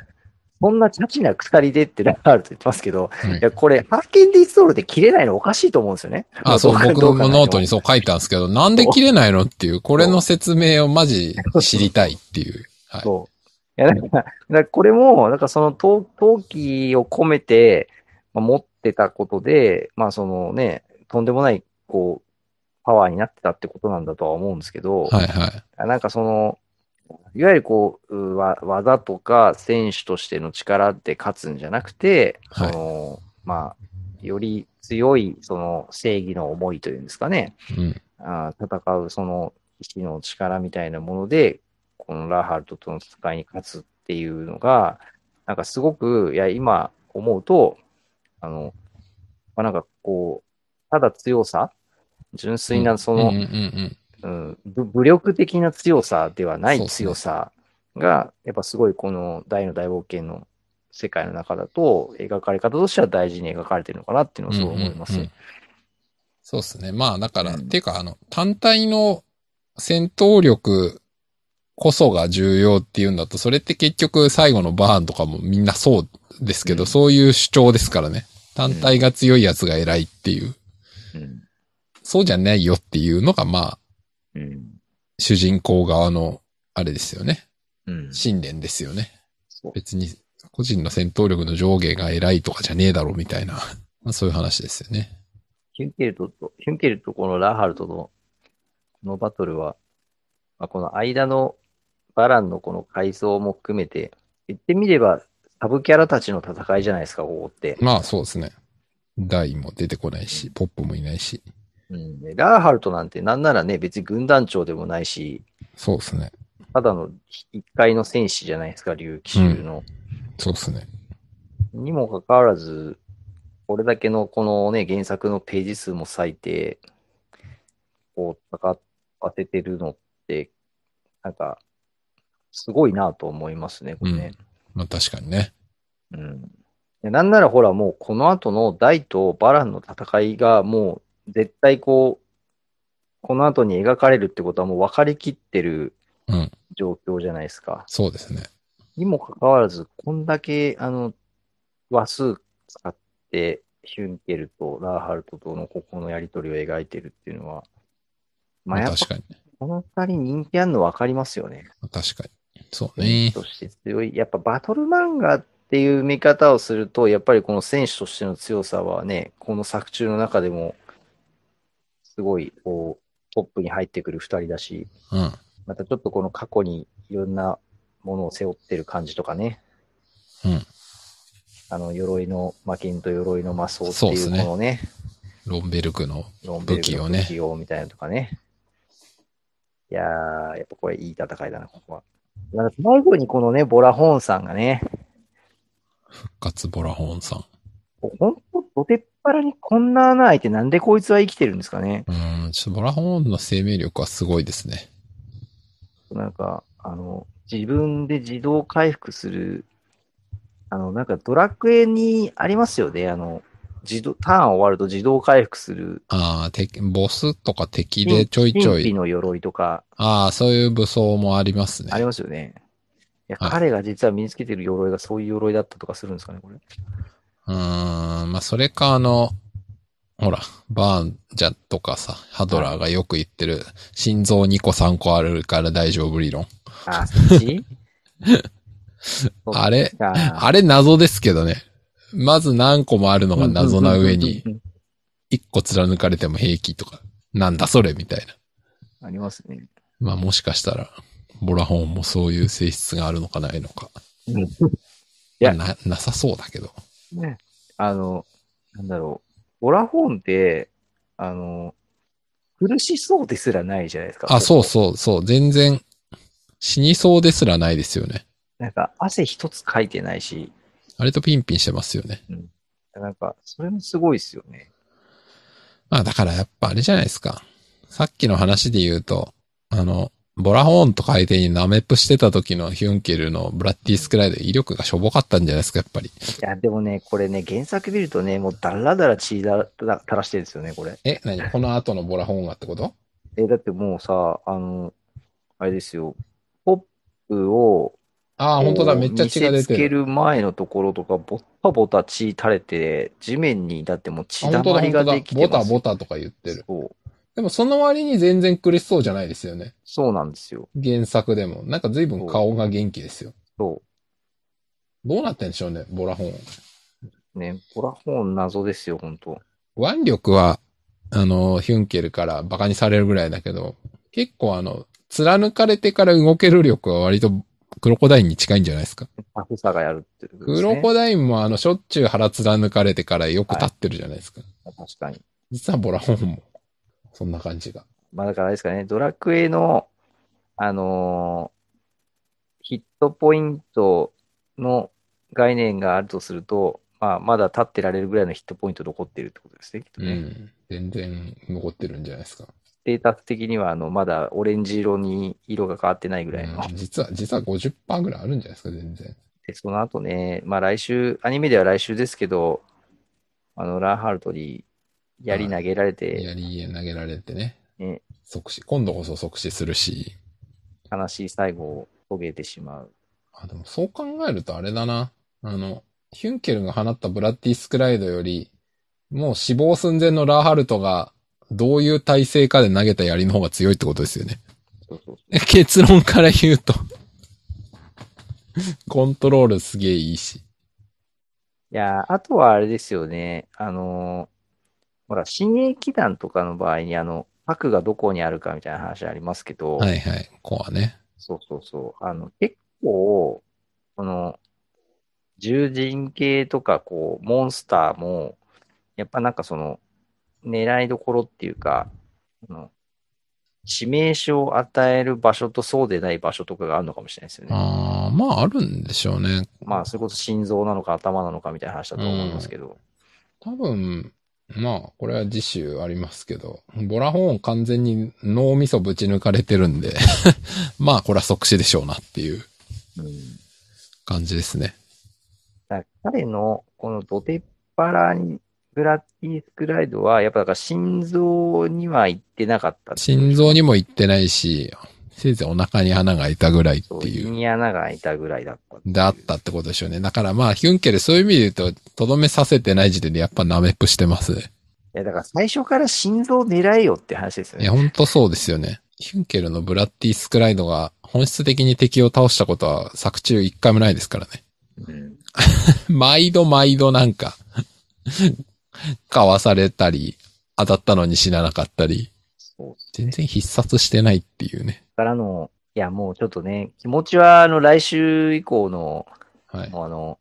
B: こんなチャチな鎖でってラガールと言ってますけど、
A: うん
B: いや、これ、ハーケンディストールで切れないのおかしいと思うんですよね。
A: あ、そう、僕もノートにそ
B: そ
A: う書いたんですけど、なんで切れないのっていう、これの説明をマジ知りたいっていう。はい。
B: そう。いや、だから、だからこれも、だからその陶陶器を込めて、まあ、持ってたことで、まあそのね、とんでもない、こう、パワーになってたってことなんだとは思うんですけど、
A: はいはい。
B: なんかその、いわゆるこう、うわ技とか選手としての力で勝つんじゃなくて、
A: はい
B: その、まあ、より強い、その正義の思いというんですかね、
A: うん。
B: あー戦うその意志の力みたいなもので、このラハルトとの戦いに勝つっていうのが、なんかすごく、いや、今思うと、あの、まあ、なんかこう、ただ強さ、純粋なその、
A: うんうんうん
B: うん、ぶ武力的な強さではな
A: そう
B: い
A: っすね
B: 強さが、やっぱすごいこの大の大冒険の世界の中だと、描かれ方としては大事に描かれてるのかなっていうの
A: う
B: は
A: ん。
B: そう思いま
A: う
B: す。
A: んうんうんそうですね。まあ、だから、
B: うん
A: ていうか、あの、単体の戦闘力こそが重要っていうんだと、それって結局最後のバーンとかもみんなそうですけど、
B: うん
A: そういう主張ですからね。単体が強いやつが偉いっていう、
B: うん
A: そうじゃないよっていうのが、まあ、
B: うん
A: 主人公側の、あれですよね。
B: うん
A: 信念ですよね。
B: そう
A: 別に個人の戦闘力の上下が偉いとかじゃねえだろうみたいな、 まあそういう話ですよね。
B: ヒュンケルトと、ヒュンケルとこのラハルトの、このバトルは、まあ、この間のバランのこの階層も含めて、言ってみれば、サブキャラたちの戦いじゃないですか、ここって。
A: まあそうですね。ダイも出てこないし、ポップもいないし。
B: うん、でラハルトなんてなんならね、別に軍団長でもないし、
A: そうですね。
B: ただの一階の戦士じゃないですか、竜騎衆の。
A: そうですね。
B: にもかかわらず、これだけのこのね、原作のページ数も割いて、こう、戦当ててるのって、なんか、すごいなと思いますね、これね。
A: まあ確かにね。
B: うんでなんならほらもうこの後のダイとバランの戦いがもう絶対こう、この後に描かれるってことはもう分かりきってる
A: うん
B: 状況じゃないですか。
A: そうですね。
B: にもかかわらず、こんだけあの、話数使って、ヒュンケルとラーハルトとのここのやりとりを描いてるっていうのは、ま
A: ま
B: あ、
A: あ
B: やっ
A: 確
B: ぱ
A: かに。
B: この二人人気あるの分かりますよね。
A: まあ確かに。そう
B: 選
A: ね
B: 手。として強い。やっぱバトル漫画っていう見方をすると、やっぱりこの選手としての強さはね、この作中の中でも、すごいこうトップに入ってくる2人だし、
A: うん。
B: またちょっとこの過去にいろんなものを背負ってる感じとかね。
A: うん
B: あの、鎧の魔剣と鎧の魔装って
A: そうっ
B: い
A: す
B: う
A: ね
B: このね、
A: ロンベルクの。
B: ロンベ
A: 武
B: ル
A: 器
B: の
A: をね
B: 武器用みたいなのとかね。いやー、やっぱこれいい戦いだな、ここは。なんか最後にこのね、ボラホーンさんがね、
A: 復活ボラホーンさん。
B: 本当、どてっぱらにこんな穴開いてなんでこいつは生きてるんですかね。
A: うーん、ちょっとボラホーンの生命力はすごいですね。
B: なんか、あの、自分で自動回復する、あの、なんかドラクエにありますよね、あの、自動、ターン終わると自動回復する、
A: ああ、敵ボスとか敵でちょいちょ
B: 神秘
A: い。
B: の鎧とか、
A: ああ、そういう武装もありますね
B: あ。りますよね。いや、
A: はい
B: 彼が実は身につけてる鎧がそういう鎧だったとかするんですかね、これ。
A: うーん、まあ、それかあの、ほら、バーンジャとかさ、ハドラーがよく言ってる、心臓2個3個あるから大丈夫理論。
B: あ、そっちそう
A: あれ、
B: あー
A: あれ謎ですけどね。まず何個もあるのが謎な上に
B: う、んうんうん
A: 1個貫かれても平気とか、なんだそれみたいな。
B: うん。ありますね。
A: まあもしかしたら、ボラホンもそういう性質があるのかないのか。
B: い
A: いや、
B: や
A: な、なさそうだけど。
B: ね、あの、なんだろう。オラフォンって、あの、苦しそうですらないじゃないですか。
A: あ、そうそうそう。全然、死にそうですらないですよね。
B: う。なんか、汗一つかいてないし、
A: あれとピンピンしてますよね。
B: なんか、それもすごいですよね。
A: まあだからやっぱあれじゃないですか。さっきの話で言うと、あの、ボラホーンと海底にナメップしてた時のヒュンケルのブラッディスクライド威力がしょぼかったんじゃないですか、やっぱり。
B: いや、でもね、これね、原作見るとね、もうだらだら血だら垂らしてるんですよね、これ。
A: え、何この後のボラホーンがってこと
B: え、だってもうさ、あの、あれですよ。ポップを、
A: ああ、本当だ、めっちゃ血が出
B: 見せつ
A: て
B: け
A: る。
B: る前のところとか、ボタボタ血垂れて、地面に、だってもう血
A: あ本当
B: だま
A: だ、本
B: りが
A: 当だ
B: で。きて
A: ボ
B: ま
A: タ
B: す
A: ボタとか言ってる。
B: そう。
A: でもその割に全然苦しそうじゃないですよね。
B: そうなんですよ。
A: 原作でも。なんか随分顔が元気ですよ。
B: そ
A: どうなってんでしょうね、ボラホーン。
B: う。ね、ボラホーン謎ですよ、本当
A: 腕力は、あの、ヒュンケルから馬鹿にされるぐらいだけど、結構あの、貫かれてから動ける力は割とクロコダインに近いんじゃないですか。
B: タフさがやるっていうことで
A: ク
B: すね、
A: ロコダインもあの、しょっちゅう腹貫かれてからよく立ってるじゃないですか。
B: 確かに。
A: 実はボラホンも、そんな感じが。
B: まあだからあれですかね、ドラクエの、あのーヒットポイントの概念があるとすると、まあまだ立ってられるぐらいのヒットポイント残ってるってことですね、きっと
A: う
B: ね。
A: ん。全然残ってるんじゃないですか。
B: ステータス的には、あの、まだオレンジ色に色が変わってないぐらいの。
A: うん実は、実は50%ぐらいあるんじゃないですか、全然。
B: で、その後ね、まあ来週、アニメでは来週ですけど、あの、ランハルトに槍投げられて、
A: 槍投げられてね。
B: ね
A: 即死。今度こそ即死するし。
B: 悲しい最後を遂げてしまう。
A: あ、でもそう考えるとあれだな。あの、ヒュンケルが放ったブラッディスクライドより、もう死亡寸前のラーハルトが、どういう体勢かで投げた槍の方が強いってことですよね。
B: そうそうそう。
A: 結論から言うと。 コントロールすげえいいし。
B: いやー、あとはあれですよね。あのーほら、新鋭騎団とかの場合に、あの、核がどこにあるかみたいな話ありますけど、
A: はいはい。コアね。
B: そうそうそう。あの、結構、この、獣人系とか、こう、モンスターも、やっぱなんかその、狙いどころっていうか、あの致命傷を与える場所とそうでない場所とかがあるのかもしれないですよね。
A: ああ、まああるんでしょうね。
B: まあ、それこそ心臓なのか頭なのかみたいな話だと思いますけど。
A: 多分、まあ、これは次週ありますけど、ボラホーン完全に脳みそぶち抜かれてるんで、 まあ、これは即死でしょうなっていう
B: うん
A: 感じですね。
B: だから彼のこのドテッパラにブラッディスクライドは、やっぱだから心臓には行ってなかった。
A: 心臓にも行ってないし、せいぜいお腹に穴が開いたぐらい
B: そ
A: っ
B: う、
A: てい
B: 胃
A: う、
B: に穴が開いたぐらいだったっていう
A: であったってことでしょうね。だからまあ、ヒュンケルそういう意味で言うと、とどめさせてない時点でやっぱナメップしてますね。
B: いや、だから最初から心臓狙えよって話ですよ
A: いや、
B: ね。
A: ほんとそうですよね。ヒュンケルのブラッディスクライドが本質的に敵を倒したことは作中一回もないですからね。
B: うん、
A: 毎度毎度なんか、かわされたり、当たったのに死ななかったり、
B: そう。
A: 全然必殺してないっていうね。
B: からの、いや、もうちょっとね、気持ちは、あの、来週以降の、
A: はい。
B: あの、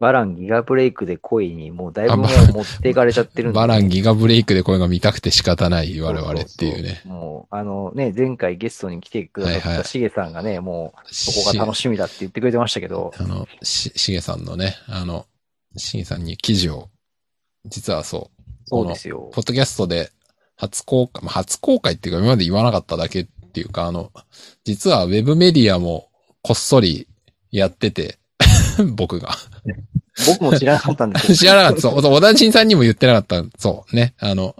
B: バランギガブレイクで恋に、もうだいぶも
A: あ
B: う持っていかれちゃってるんで、
A: バランギガブレイクで声が見たくて仕方ない我々っていう
B: そ
A: ね。
B: そそうもう、あのね、前回ゲストに来てくださっ
A: はいは
B: た
A: い
B: しげさんがね、もう、そこ
A: し
B: が楽しみだって言ってくれてましたけど、
A: あの、し、しげさんのね、あの、しげさんに記事を、実はそう、
B: そうですよ。
A: ポッドキャストで初公開、まあ、初公開っていうか今まで言わなかっただけっていうか、あの、実 はウェブメディアもこっそりやってて、僕が。
B: 僕も知らなかったんですけど
A: 知らなかった。そう。そう、小田人さんにも言ってなかった。そう。ね。あの、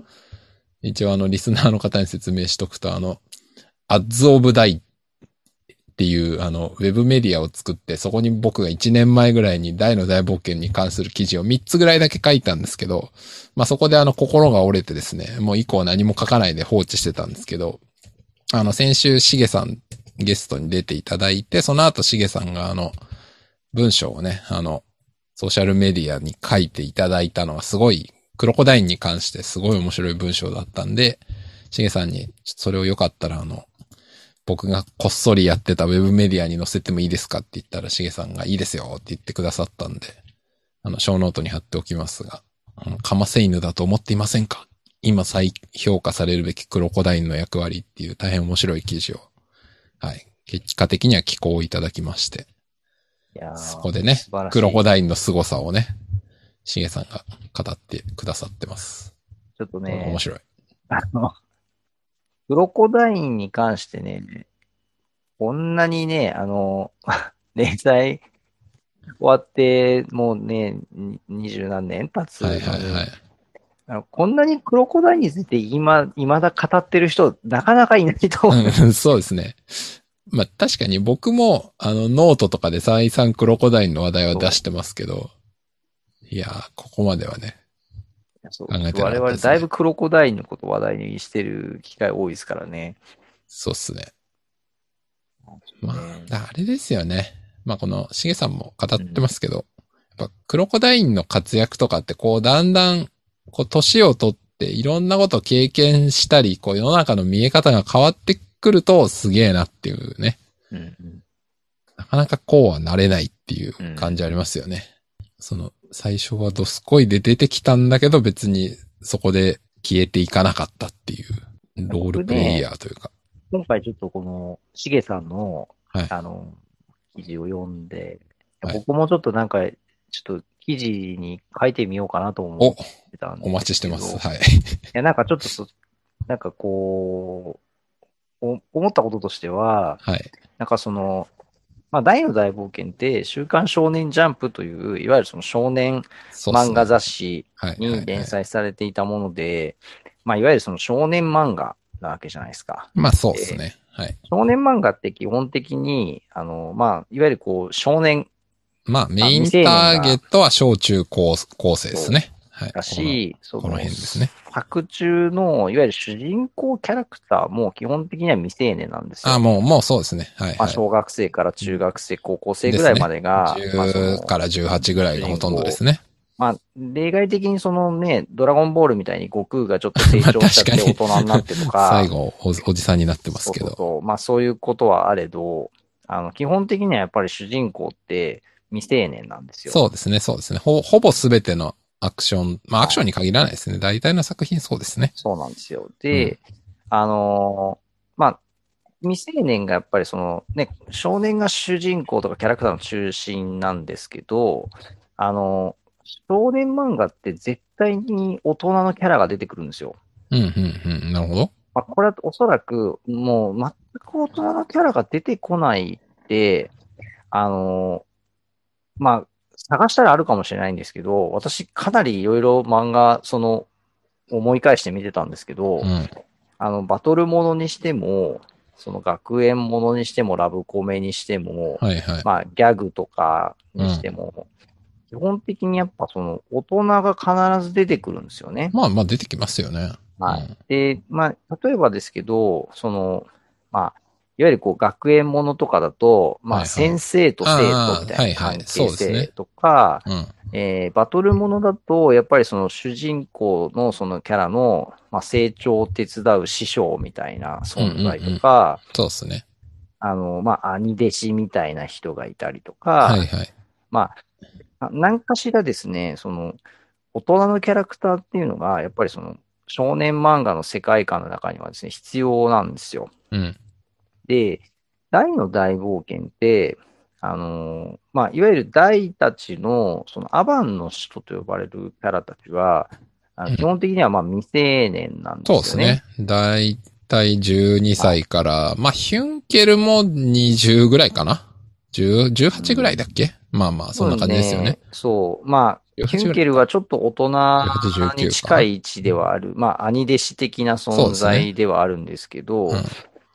A: 一応あの、リスナーの方に説明しとくと、あの、アッズオブダイっていう、あの、ウェブメディアを作って、そこに僕が1年前ぐらいに大の大冒険に関する記事を3つぐらいだけ書いたんですけど、まあそこであの、心が折れてですね、もう以降何も書かないで放置してたんですけど、あの、先週、しげさんゲストに出ていただいて、その後しげさんがあの、文章をね、あの、ソーシャルメディアに書いていただいたのはすごい、クロコダインに関してすごい面白い文章だったんで、しげさんに、ちょっとそれをよかったらあの、僕がこっそりやってたウェブメディアに載せてもいいですかって言ったら、しげさんがいいですよって言ってくださったんで、あの、小ノートに貼っておきますが、あの、かませ犬だと思っていませんか今再評価されるべきクロコダインの役割っていう大変面白い記事を、はい、結果的には寄稿いただきまして、
B: いやー
A: そこでね
B: 素晴ら、しい
A: クロコダインの凄さをね、しげさんが語ってくださってます。
B: ちょっと
A: これ
B: ね
A: 面、白い。
B: あの、クロコダインに関してね、こんなにね、あの、 連載終わって、もうね、に二十何年経つの
A: は
B: に
A: いはいはい。
B: あのこんなにクロコダインについて今、未だ語ってる人、なかなかいないと思う。
A: うん そうですね。まあ確かに僕も、あの、ノートとかで再三クロコダインの話題は出してますけど、いやー、ここまではね。
B: そう
A: 考えてなかったです
B: 我
A: ね
B: 々、だいぶクロコダインのこと話題にしてる機会多いですからね。
A: そうっすね。まあ、だあれですよね。まあこの、しげさんも語ってますけど、やっぱクロコダインの活躍とかってこうだんだん、こう年を取っていろんなことを経験したり、こう世の中の見え方が変わってくるとすげえなっていうね。
B: うんうん
A: なかなかこうはなれないっていう感じありますよね。その、最初はドスコイで出てきたんだけど別にそこで消えていかなかったっていう、ロールプレイヤーというか。
B: 今回ちょっとこの、しげさんの、
A: はい
B: あの、記事を読んで、
A: はい
B: 僕もちょっとなんか、ちょっと記事に書いてみようかなと思
A: お
B: っ、てたんですけど
A: お待ちしてます。はい。
B: いや、なんかちょっとそ、なんかこう、お思ったこととしては、
A: はい。
B: なんかその、まあ、大の大冒険って、週刊少年ジャンプという、いわゆるその少年
A: そうっすね
B: 漫画雑誌
A: はいはい
B: に
A: はい
B: 連載されていたもので、まあ、いわゆるその少年漫画なわけじゃないですか。
A: まあそうですね。はい。
B: 少年漫画って基本的に、あの、まあ、いわゆるこう、少年
A: まあメインターゲットは小中高高生ですね。はい。
B: だし、そ
A: この辺ですね。
B: 作中の、いわゆる主人公キャラクターも基本的には未成年なんですよ。
A: あ、もう、もうそうですね。はい、
B: まあ、
A: はい。
B: 小学生から中学生、高校生ぐらいまでが、まあその
A: 10から18ぐらいがほとんどですね。
B: まあ、例外的にそのね、ドラゴンボールみたいに悟空がちょっと成長し ちゃって大人になってとか、
A: 最後お、おじさんになってますけ
B: そうそ
A: ど。
B: うそうまあそういうことはあれど、あの、基本的にはやっぱり主人公って未成年なんですよ。
A: そうですね、そうですね。ほ、ほぼすべてのアクション、まあアクションに限らないですね。大体の作品そうですね。
B: そうなんですよ。で、あのーまあ、未成年がやっぱりそのね、少年が主人公とかキャラクターの中心なんですけど、あのー少年漫画って絶対に大人のキャラが出てくるんですよ。
A: うん、うん、うん。なるほど。
B: まあ、これはおそらくもう全く大人のキャラが出てこないって、あのーまあ、探したらあるかもしれないんですけど、私かなりいろいろ漫画、その、思い返して見てたんですけど、
A: うん。
B: あの、バトルものにしても、その学園ものにしても、ラブコメにしても、
A: はい、はい。
B: まあ、ギャグとかにしても、基本的にやっぱその、大人が必ず出てくるんですよね。
A: まあ、まあ出てきますよね。
B: はい
A: うん
B: で、まあ、例えばですけど、その、まあ、いわゆるこう、学園ものとかだと、ま
A: はいは
B: あ、
A: い
B: 先生と生徒みたいな
A: あーはいはい
B: 関
A: そう
B: 係
A: ですね
B: 性とか、
A: うん。
B: えーバトルものだと、やっぱりその主人公のそのキャラの、まあ、成長を手伝う師匠みたいな存在とか、
A: そうですね。
B: あの、まあ、兄弟子みたいな人がいたりとか、
A: はい、はい。
B: まあ、何かしらですね、その、大人のキャラクターっていうのが、やっぱりその、少年漫画の世界観の中にはですね、必要なんですよ。
A: うん。
B: で、大の大冒険って、あのーまあ、いわゆる大たちの、そのアバンの使徒と呼ばれるキャラたちは、あ
A: うん
B: の基本的にはまあ未成年なんです
A: そう
B: よね。
A: ですね。だいたい12歳から、まあ、ヒュンケルも20ぐらいかな ?10、18ぐらいだっけ、まあまあ、そんな感じですよね。。
B: そう。まあ、ヒ
A: 18
B: ュンケルはちょっと大人に
A: 89か
B: 近い位置ではある。まあ、兄弟子的な
A: そう
B: 存
A: ですね
B: 在ではあるんですけど、
A: うん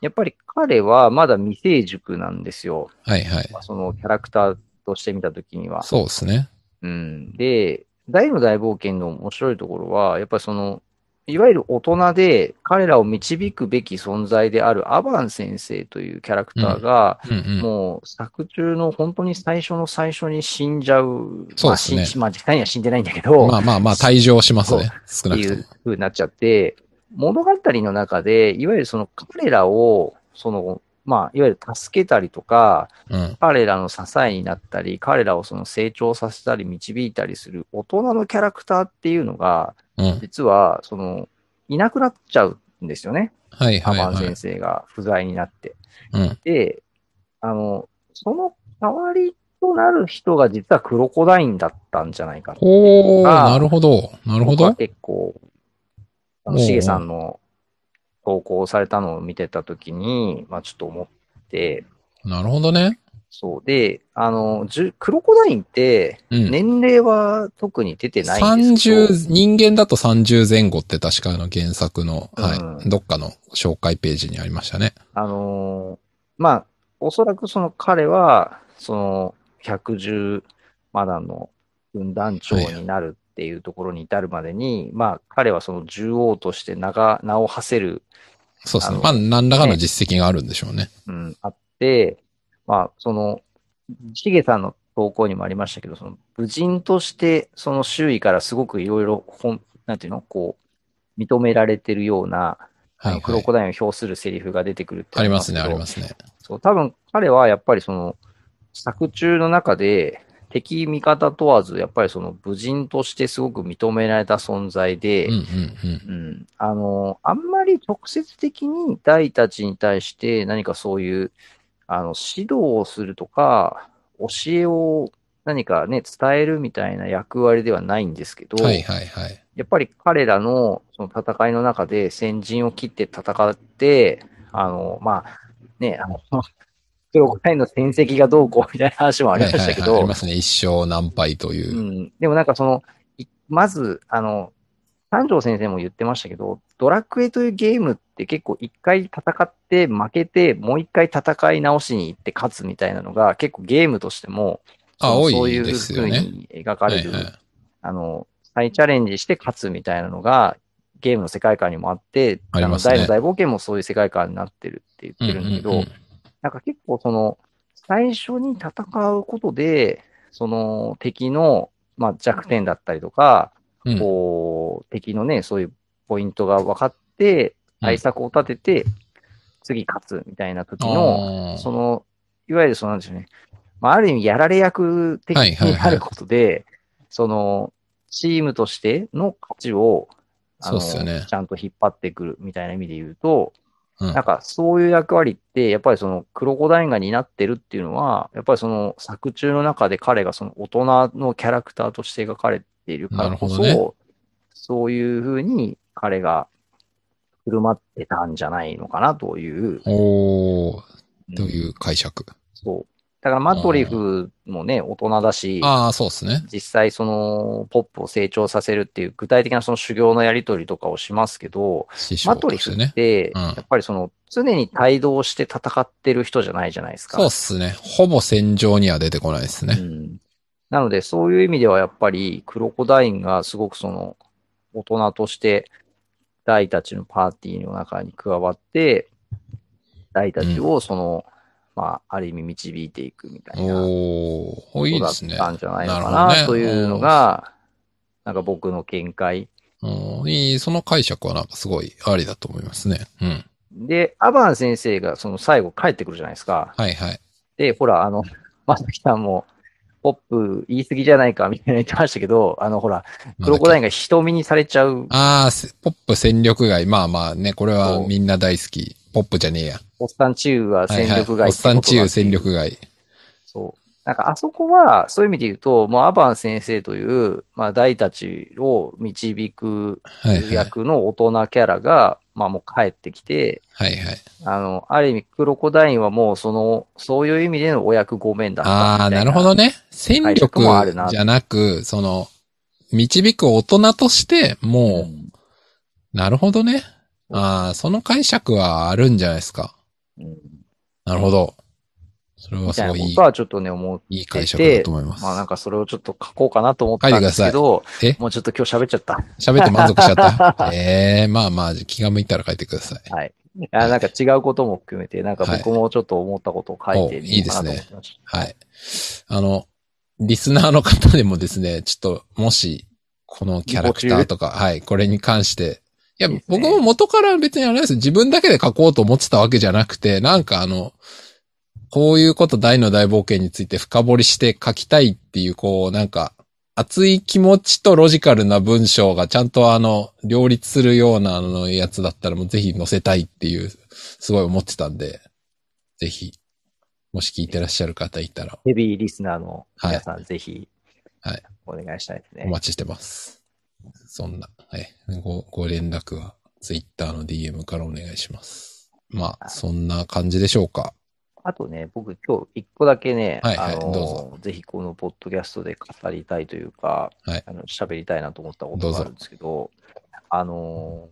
B: やっぱり彼はまだ未成熟なんですよ。
A: はいはい。
B: まあそのキャラクターとして見たときには。
A: そうですね。
B: うん、で、大の大冒険の面白いところは、やっぱりその、いわゆる大人で彼らを導くべき存在であるアバン先生というキャラクターが、
A: うんうん。
B: もう作中の本当に最初の最初に死んじゃう。
A: そうですね
B: まあ死んまあ実際には死んでないんだけど、
A: まあまあまあ、退場しますね。少な
B: って
A: く
B: い
A: と
B: う
A: も。
B: 風になっちゃって、物語の中で、いわゆるその彼らを、その、まあ、いわゆる助けたりとか、
A: うん。
B: 彼らの支えになったり、彼らをその成長させたり、導いたりする大人のキャラクターっていうのが、
A: うん。
B: 実は、その、いなくなっちゃうんですよね。
A: はい
B: ハ
A: はい
B: マン
A: は
B: 先
A: い。
B: 生が不在になって。
A: うん。
B: で、あの、その代わりとなる人が実はクロコダインだったんじゃないかと。
A: おー、
B: あー
A: なるほど。なるほ
B: 僕は
A: ど。
B: 結構、あ
A: おう
B: の、
A: おう
B: シゲさんの投稿されたのを見てたときに、まあちょっと思って、
A: なるほどね。
B: そう。で、あの、じゅクロコダインって、
A: うん。
B: 年齢は特に出てないんですけど。
A: 30、人間だと30前後って確かあの原作の、は
B: う
A: い、
B: ん
A: どっかの紹介ページにありましたね。
B: あのーまあ、おそらくその彼は、その、110まだの分団長になるっていうところに至るまでに、まあ、彼はその獣王として名が、名を馳せる、
A: そうですね。ま
B: あ
A: あ、何らかの実績があるんでしょうね。
B: うん、あって、まあ、その、しげさんの投稿にもありましたけど、その、武人として、その周囲からすごくいろいろ、ほんなんていうのこう、認められてるような、
A: はい、はい。
B: クロコダインを表するセリフが出てくるって
A: ありますね、あり
B: す
A: ま
B: け
A: すね。
B: ど。そう、多分彼はやっぱりその作中の中で敵味方問わず、やっぱりその武人としてすごく認められた存在で、
A: うんうんうん。
B: うんあの、あんまり直接的に大たちに対して何かそういう、あの、指導をするとか、教えを何かね、伝えるみたいな役割ではないんですけど、
A: はいはいはい。
B: やっぱり彼らのその戦いの中で先陣を切って戦って、あの、まあ、ね、あの、 プロコインの戦績がどうこうみたいな話もありましたけ
A: はいはいはい、あ
B: ど
A: りま、すね。一生何敗というう。
B: ん、でもなんかその、いまず、あの、三条先生も言ってましたけど、ドラクエというゲームって結構一回戦って負けて、もう一回戦い直しに行って勝つみたいなのが結構ゲームとしても、
A: あ、
B: その
A: 多
B: そう
A: い
B: いう
A: ですよ
B: 風
A: ね。
B: に描か
A: は
B: れ
A: い
B: る
A: はい。
B: あの、再チャレンジして勝つみたいなのが、ゲームの世界観にもあって、
A: ありますね
B: の大の大冒険もそういう世界観になってるって言ってるんだけど、
A: うんうんうん
B: なんか結構その、最初に戦うことで、その敵の、まあ、弱点だったりとか、
A: うん
B: こう、敵のね、そういうポイントが分かって、対策を立てて、次勝つみたいな時の、
A: あー
B: その、いわゆるそうなんですよね。まあ、ある意味、やられ役的
A: はいはい
B: に
A: はい
B: なることで、その、チームとしての価値を、あの
A: そうっすよね
B: ちゃんと引っ張ってくるみたいな意味で言うと、
A: うん
B: なんかそういう役割って、やっぱりそのクロコダインが担ってるっていうのは、やっぱりその作中の中で彼がその大人のキャラクターとして描かれているからこそ、
A: なるほ
B: そういうふうに彼が振る舞ってたんじゃないのかなという。
A: おー、
B: うん
A: という解釈。
B: そう。だからマトリフもね、大人だし、
A: ああ、そうですね。
B: 実際そのポップを成長させるっていう具体的なその修行のやり取りとかをしますけど、
A: 師匠
B: マト
A: と
B: リ
A: して
B: フっ
A: ね。
B: て、
A: うん
B: やっぱりその常に帯同して戦ってる人じゃないじゃないですか。
A: そうっすね。ほぼ戦場には出てこないですね。
B: うんなのでそういう意味ではやっぱりクロコダインがすごくその大人として大たちのパーティーの中に加わって、大たちをその、まあ、ある意味導いていくみたいな。
A: おー、いい
B: だ
A: で
B: っ
A: すね。
B: たんじゃないのか
A: なる
B: な、
A: ほど
B: と
A: ね
B: いうのが、なんか僕の見解。
A: うんいい、その解釈はなんかすごいありだと思いますね。うん。
B: で、アバン先生がその最後帰ってくるじゃないですか。
A: はいはい。
B: で、ほら、あの、まさきさんも、ポップ言い過ぎじゃないかみたいな言ってましたけど、あの、ほら、クロコダインが瞳にされちゃう、
A: ああ、せポップ戦力外。まあまあね、これは
B: そう
A: みんな大好き。ポップじゃねえや。
B: おっさんチューは
A: はい
B: 戦
A: はい。
B: 力外
A: おっさんチーム戦
B: 外。
A: 力外。
B: そう。なんかあそこは、そういう意味で言うと、もうアバン先生という、まあ、大たちを導く
A: はいはい。
B: 役の大人キャラが、まあもう帰ってきて、
A: はいはい。
B: あの、ある意味クロコダインはもうその、そういう意味でのお役御免だった
A: ああー、なるほど
B: ね。
A: ね。戦力
B: 解釈もあるな
A: じゃなく、その、導く大人として、
B: う
A: も
B: ん
A: う、なるほどね。ああ、その解釈はあるんじゃないですか。
B: うん
A: なるほど。それは
B: み
A: す
B: たい
A: ご
B: ないこ
A: いい
B: と、はちょっとね、思う。
A: いい解釈だと思います。
B: まあなんかそれをちょっと書こうかなと思ったんですけど、
A: え
B: もうちょっと今日喋っちゃった。
A: 喋って満足しちゃ った。ええまあまあ、気が向いたら書いてください。
B: はい。あなんか違うことも含めて、なんか僕もちょっと思ったことを書いてみようかなと思ってました。
A: はい。あの、リスナーの方でもですね、ちょっと、もし、このキャラクターとか、はい、これに関して、いや、
B: いいですね
A: 僕も元から別にあれです。自分だけで書こうと思ってたわけじゃなくて、なんかあの、こういうこと大の大冒険について深掘りして書きたいっていう、こう、なんか、熱い気持ちとロジカルな文章がちゃんとあの、両立するようなあのやつだったらもうぜひ載せたいっていう、すごい思ってたんで、ぜひ、もし聞いてらっしゃる方いたら
B: ヘビーリスナーの皆さん、ぜひ、
A: はい
B: お願いしたいですね。
A: お待ちしてます。そんな、はい。ご、ご連絡は、ツイッターの DM からお願いします。まあ、そんな感じでしょうか。
B: あとね、僕今日一個だけね、
A: はいはい
B: あの
A: どうぞ
B: ぜひこのポッドキャストで語りたいというか、
A: はい
B: あの喋りたいなと思ったこ
A: どう
B: と
A: ぞ
B: があるんですけど、あの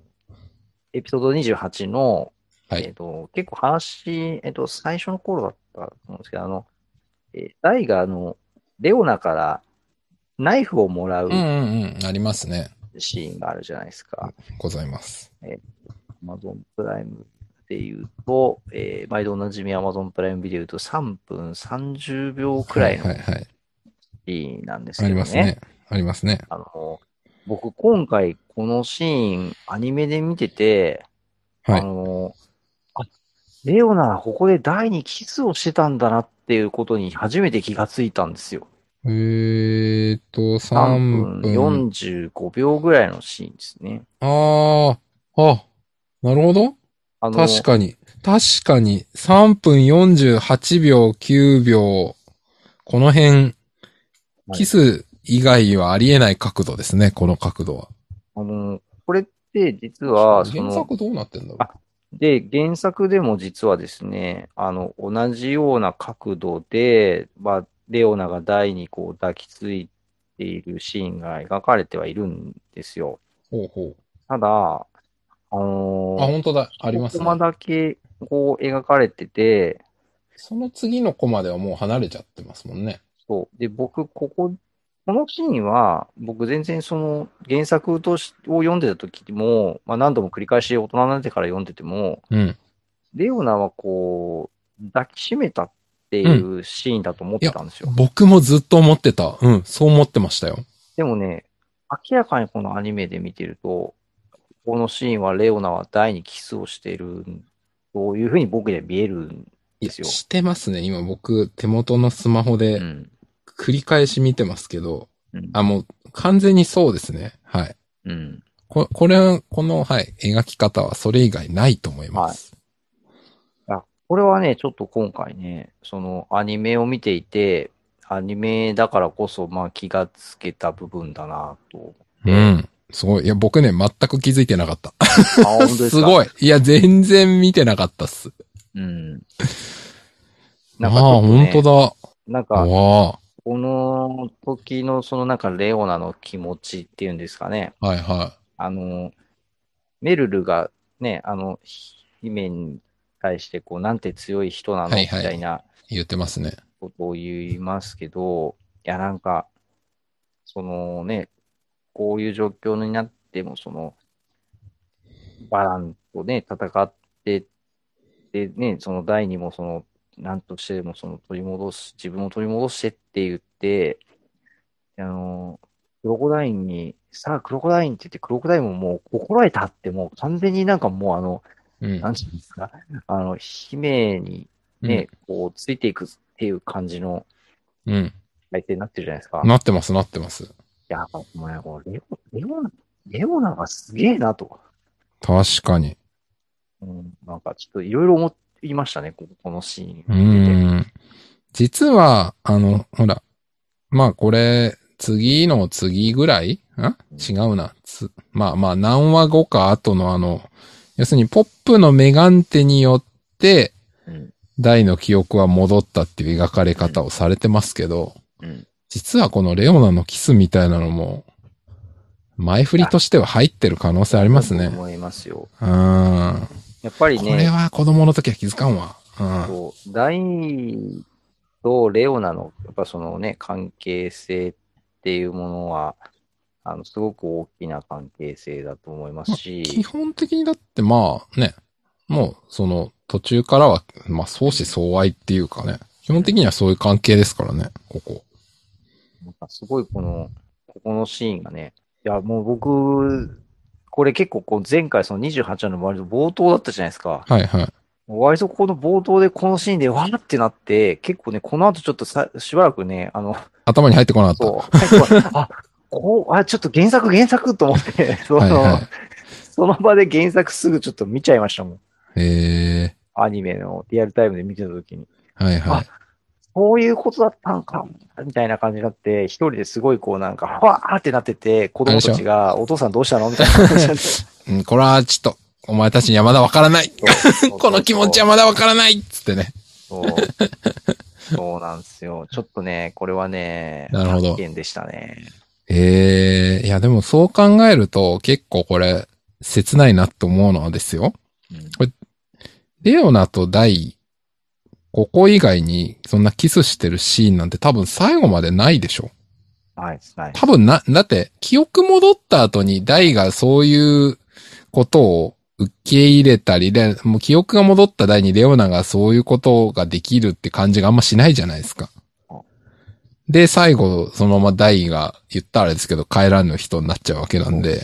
B: エピソード28の、
A: はい
B: えっと結構話、えっと最初の頃だったと思うんですけど、あの、えーダイがあのレオナからナイフをもらう
A: うんうんうん。ありますね。
B: シーンがあるじゃないですか。
A: ございます。
B: Amazon プライムで言うと、えー毎度おなじみ Amazon プライムビデオで言うと3分30秒くらいの
A: はいはいはい。
B: シーンなんです
A: あ
B: け
A: り
B: ど
A: ます
B: ね。
A: ね。ありますね。
B: あの、僕今回このシーンアニメで見てて、
A: はい
B: あの、あ、レオナここで第にキスをしてたんだなっていうことに初めて気がついたんですよ。
A: えーっと、3
B: 3分
A: 分。
B: 45秒ぐらいのシーンですね。
A: ああ、あ、なるほど。
B: あの、
A: 確かに。確かに。3分48秒、9秒。この辺、
B: はい
A: キス以外はありえない角度ですね、この角度は。
B: あの、これって実は、そ
A: 原
B: の、
A: 作どうなってんだろう
B: あで、原作でも実はですね、あの、同じような角度で、まあ、レオナが台にこう抱きついているシーンが描かれてはいるんですよ。
A: ほうほ
B: ただ、あ
A: う。
B: の
A: あ、本当だ。あります
B: こ
A: ね。
B: こまだけこう描かれてて、
A: その次のコマではもう離れちゃってますもんね。
B: そう。で、僕、ここ、このシーンは、僕全然その原作としを読んでた時も、まあ何度も繰り返し大人になってから読んでても、
A: うん。
B: レオナはこう、抱きしめたっていうシーンだと思ってたんですよ。
A: 僕もずっと思ってた。うん。そう思ってましたよ。
B: でもね、明らかにこのアニメで見てると、このシーンはレオナは大にキスをしている、というふうに僕には見えるん
A: い
B: で
A: や、
B: すよ。
A: してますね。今僕、手元のスマホ
B: う
A: で
B: ん。
A: 繰り返し見てますけど。
B: うん
A: あ、もう完全にそうですね。はい。
B: うん。
A: ここれは、この、はい、描き方はそれ以外ないと思います。
B: これはね、ちょっと今回ね、そのアニメを見ていて、アニメだからこそ、まあ気がつけた部分だなと。
A: うん。すごい。いや、僕ね、全く気づいてなかった。
B: あ、本当です すか
A: ごい。いや、全然見てなかったっす。
B: うん。
A: あ
B: なんかち
A: あ、
B: ょっとね、
A: 本当
B: なん
A: だ。
B: か、
A: わ
B: この時のそのなんかレオナの気持ちっていうんですかね。
A: あ。はいは
B: あの、メルルがね、あの、姫に対してこう、なんて強い人なの
A: はい
B: み
A: はい。
B: たいない
A: 言ってますね。
B: ことを言いますけど、いや、なんか、そのね、こういう状況になっても、その、バランとね、戦って、でね、その第二もその、なんとしてでもその取り戻す、自分を取り戻してって言って、あの、クロコダインに、さあ、クロコダインって言って、クロコダインももう怒られたって、もう完全になんかもうあの、
A: うん
B: なん。ていうんですか、あの、姫にね、こう、ついていくっていう感じの
A: うん。うん。
B: 相手になってるじゃないですか。い
A: なってます、なってます。
B: や、お前、こうレオ、レオナ、レオナがすげえなと。
A: 確かに。
B: うん、なんかちょっといろいろ思いましたね、ここのシーン
A: う
B: 見てて。
A: ーん。実は、あの、ほら、まあこれ、次の次ぐらいん違うな。つまあまあ何話後か後のあの、要するにポップのメガンテによって、
B: うん。
A: 大の記憶は戻ったっていう描かれ方をされてますけど、
B: うん。
A: 実はこのレオナのキスみたいなのも、前振りとしては入ってる可能性ありますね。
B: 思いますよ。
A: うん。
B: やっぱり
A: これ
B: ね、
A: は子供の時は気づかんわ。うん。
B: こうダイとレオナの、やっぱそのね、関係性っていうものは、あの、すごく大きな関係性だと思います
A: 基
B: し、
A: 本的にだってまあね、もうその途中からは、まあ相思相愛っていうかね、基本的にはそういう関係ですからね、ここ。
B: なんかすごいこの、ここのシーンがね、いや、もう僕、これ結構こう前回その28話の割と冒頭だったじゃないですか。
A: はいはい。
B: 割とこの冒頭でこのシーンでわーってなって、結構ね、この後ちょっとさしばらくね、あの、
A: 頭に入ってこなかっ
B: そう。 最後はあ、こう、あ、ちょっと原作原作と思って、 その、
A: はいはい
B: その場で原作すぐちょっと見ちゃいましたもん。
A: た。へえ
B: アニメのリアルタイムで見てた時に。
A: ー。はいはい。
B: そういうことだったんか、みたいな感じになって、一人ですごいこうなんか、わーってなってて、子供たちが、お父さんどうしたのみたいな感じになって
A: うん、これはちょっと、お前たちにはまだわからない。
B: そう
A: この気持ちはまだわからないっつってね。
B: そう。そうなんですよ。ちょっとね、これはね、
A: なるほど
B: 発見でしたね。
A: ええいやでもそう考えると結構これ切ないなと思うのはですよ。
B: うん
A: レオナとダイ、ここ以外にそんなキスしてるシーンなんて多分最後までないでしょ。
B: はい、はい。
A: 多分な、だって記憶戻った後にダイがそういうことを受け入れたり、で、もう記憶が戻ったダイにレオナがそういうことができるって感じがあんましないじゃないですか
B: うん。
A: で、最後、そのままダイが言ったらあれですけど、帰らぬ人になっちゃうわけなんで、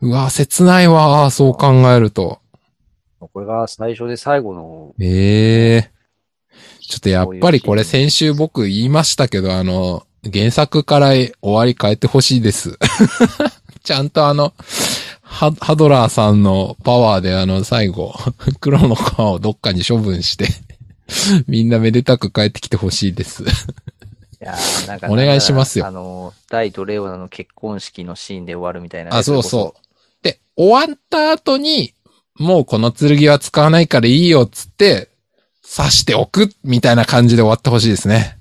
A: うわ、切ないわ、そう考えると。
B: これが最初で最後の、
A: ええちょっとやっぱりこれ先週僕言いましたけど、あの、原作から終わり変えてほしいです。 ちゃんとあの、ハハドラーさんのパワーであの、最後、 黒の皮をどっかに処分して、 みんなめでたく帰ってきてほしいです。
B: いやーなんか
A: お願いしますよ
B: あの、ダイとレオナの結婚式のシーンで終わるみたいな。
A: あ、そうそう。で、終わった後に、もうこの剣は使わないからいいよっつって、刺しておく、みたいな感じで終わってほしいですね。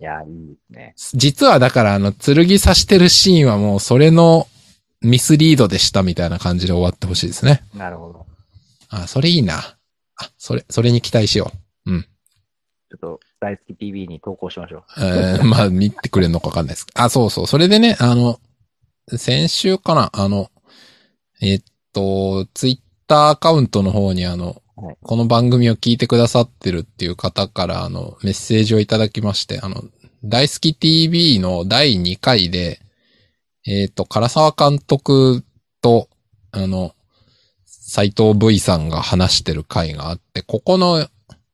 B: う。いやー、いいですね。
A: 実はだからあの、剣刺してるシーンはもうそれのミスリードでしたみたいな感じで終わってほしいですね。
B: なるほど。
A: あ、それいいな。あ、それ、それに期待しよ
B: ちょっと、大好き TV に投稿しましょ
A: う。えー、まあ、見てくれるのかわかんないです。あ、そうそう。それでね、あの、先週かな、あの、えっと、ツイッターアカウントの方にあの、
B: はい
A: この番組を聞いてくださってるっていう方からあの、メッセージをいただきまして、あの、大好き TV の第2回で、えっ、と、唐沢監督と、あの、斎藤 V さんが話してる回があって、ここの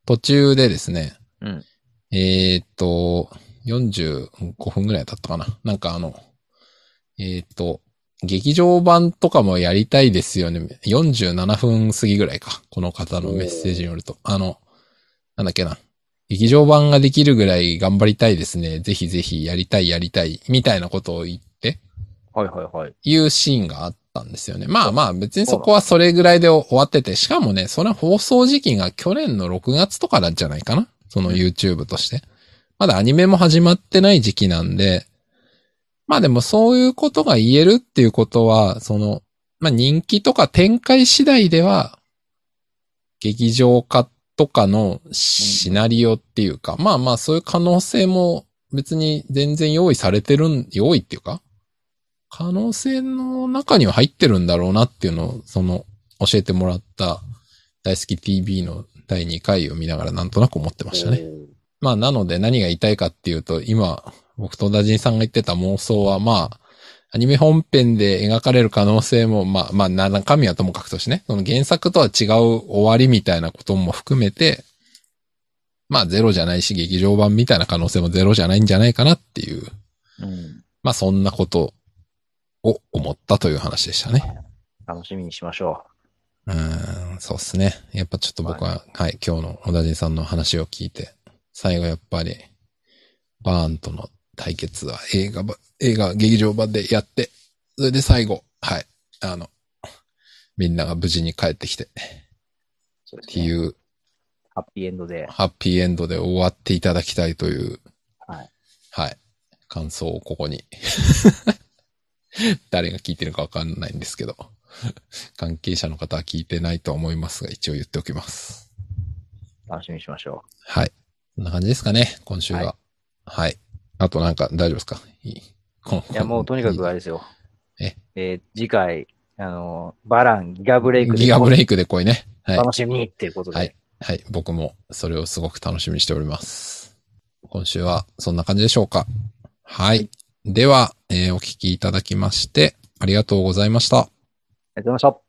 A: 途中でですね、
B: うん
A: えっ、と、45分ぐらい経ったかな。なんかあの、えっ、と、劇場版とかもやりたいですよね。47分過ぎぐらいか。この方のメッセージによると。あの、なんだっけな。劇場版ができるぐらい頑張りたいですね。ぜひぜひやりたいやりたい。みたいなことを言って、
B: う。はいはいはい。
A: いうシーンがあったんですよね。まあまあ別にそこはそれぐらいで終わってて、しかもね、その放送時期が去年の6月とかなんじゃないかなその YouTube として。まだアニメも始まってない時期なんで、まあでもそういうことが言えるっていうことは、その、まあ人気とか展開次第では、劇場化とかのシナリオっていうか、まあまあそういう可能性も別に全然用意されてるん、用意っていうか、可能性の中には入ってるんだろうなっていうのを、その、教えてもらった大好き TV の第2回を見ながらなんとなく思ってましたね。まあ、なので何が言いたいかっていうと、今、僕とダジンさんが言ってた妄想は、まあ、アニメ本編で描かれる可能性も、まあ、まあ、な中身はともかくとしてね、その原作とは違う終わりみたいなことも含めて、まあ、ゼロじゃないし、劇場版みたいな可能性もゼロじゃないんじゃないかなっていう、
B: うん。
A: まあ、そんなことを思ったという話でしたね。
B: 楽しみにしましょ
A: うーん、そうっすね。やっぱちょっと僕は、はい、今日の小田人さんの話を聞いて、最後やっぱり、バーンとの対決は映画ば、映画、劇場版でやって、それで最後、はい、あの、みんなが無事に帰ってきて、っ
B: そうです
A: て
B: ね
A: いう
B: ハッピーエンドで。
A: ハッピーエンドで終わっていただきたいという、
B: はい。
A: はい。感想をここに。 誰が聞いてるかわかんないんですけど、関係者の方は聞いてないと思いますが、一応言っておきます。
B: 楽しみにしましょ
A: はい。こんな感じですかね、今週は。はい。あとなんか大丈夫ですかいい。こ
B: う。
A: の
B: いや、もうとにかくあ
A: いい
B: れですよ。
A: え
B: えー次回、あの、バランギガブレイクで
A: ギガブレイクで来いね。はい。
B: 楽しみにっていうことで。
A: はいはい。僕もそれをすごく楽しみにしております。今週はそんな感じでしょうか。はい。では、えーお聞きいただきまして、ありがとうございました。
B: ありがとうございました。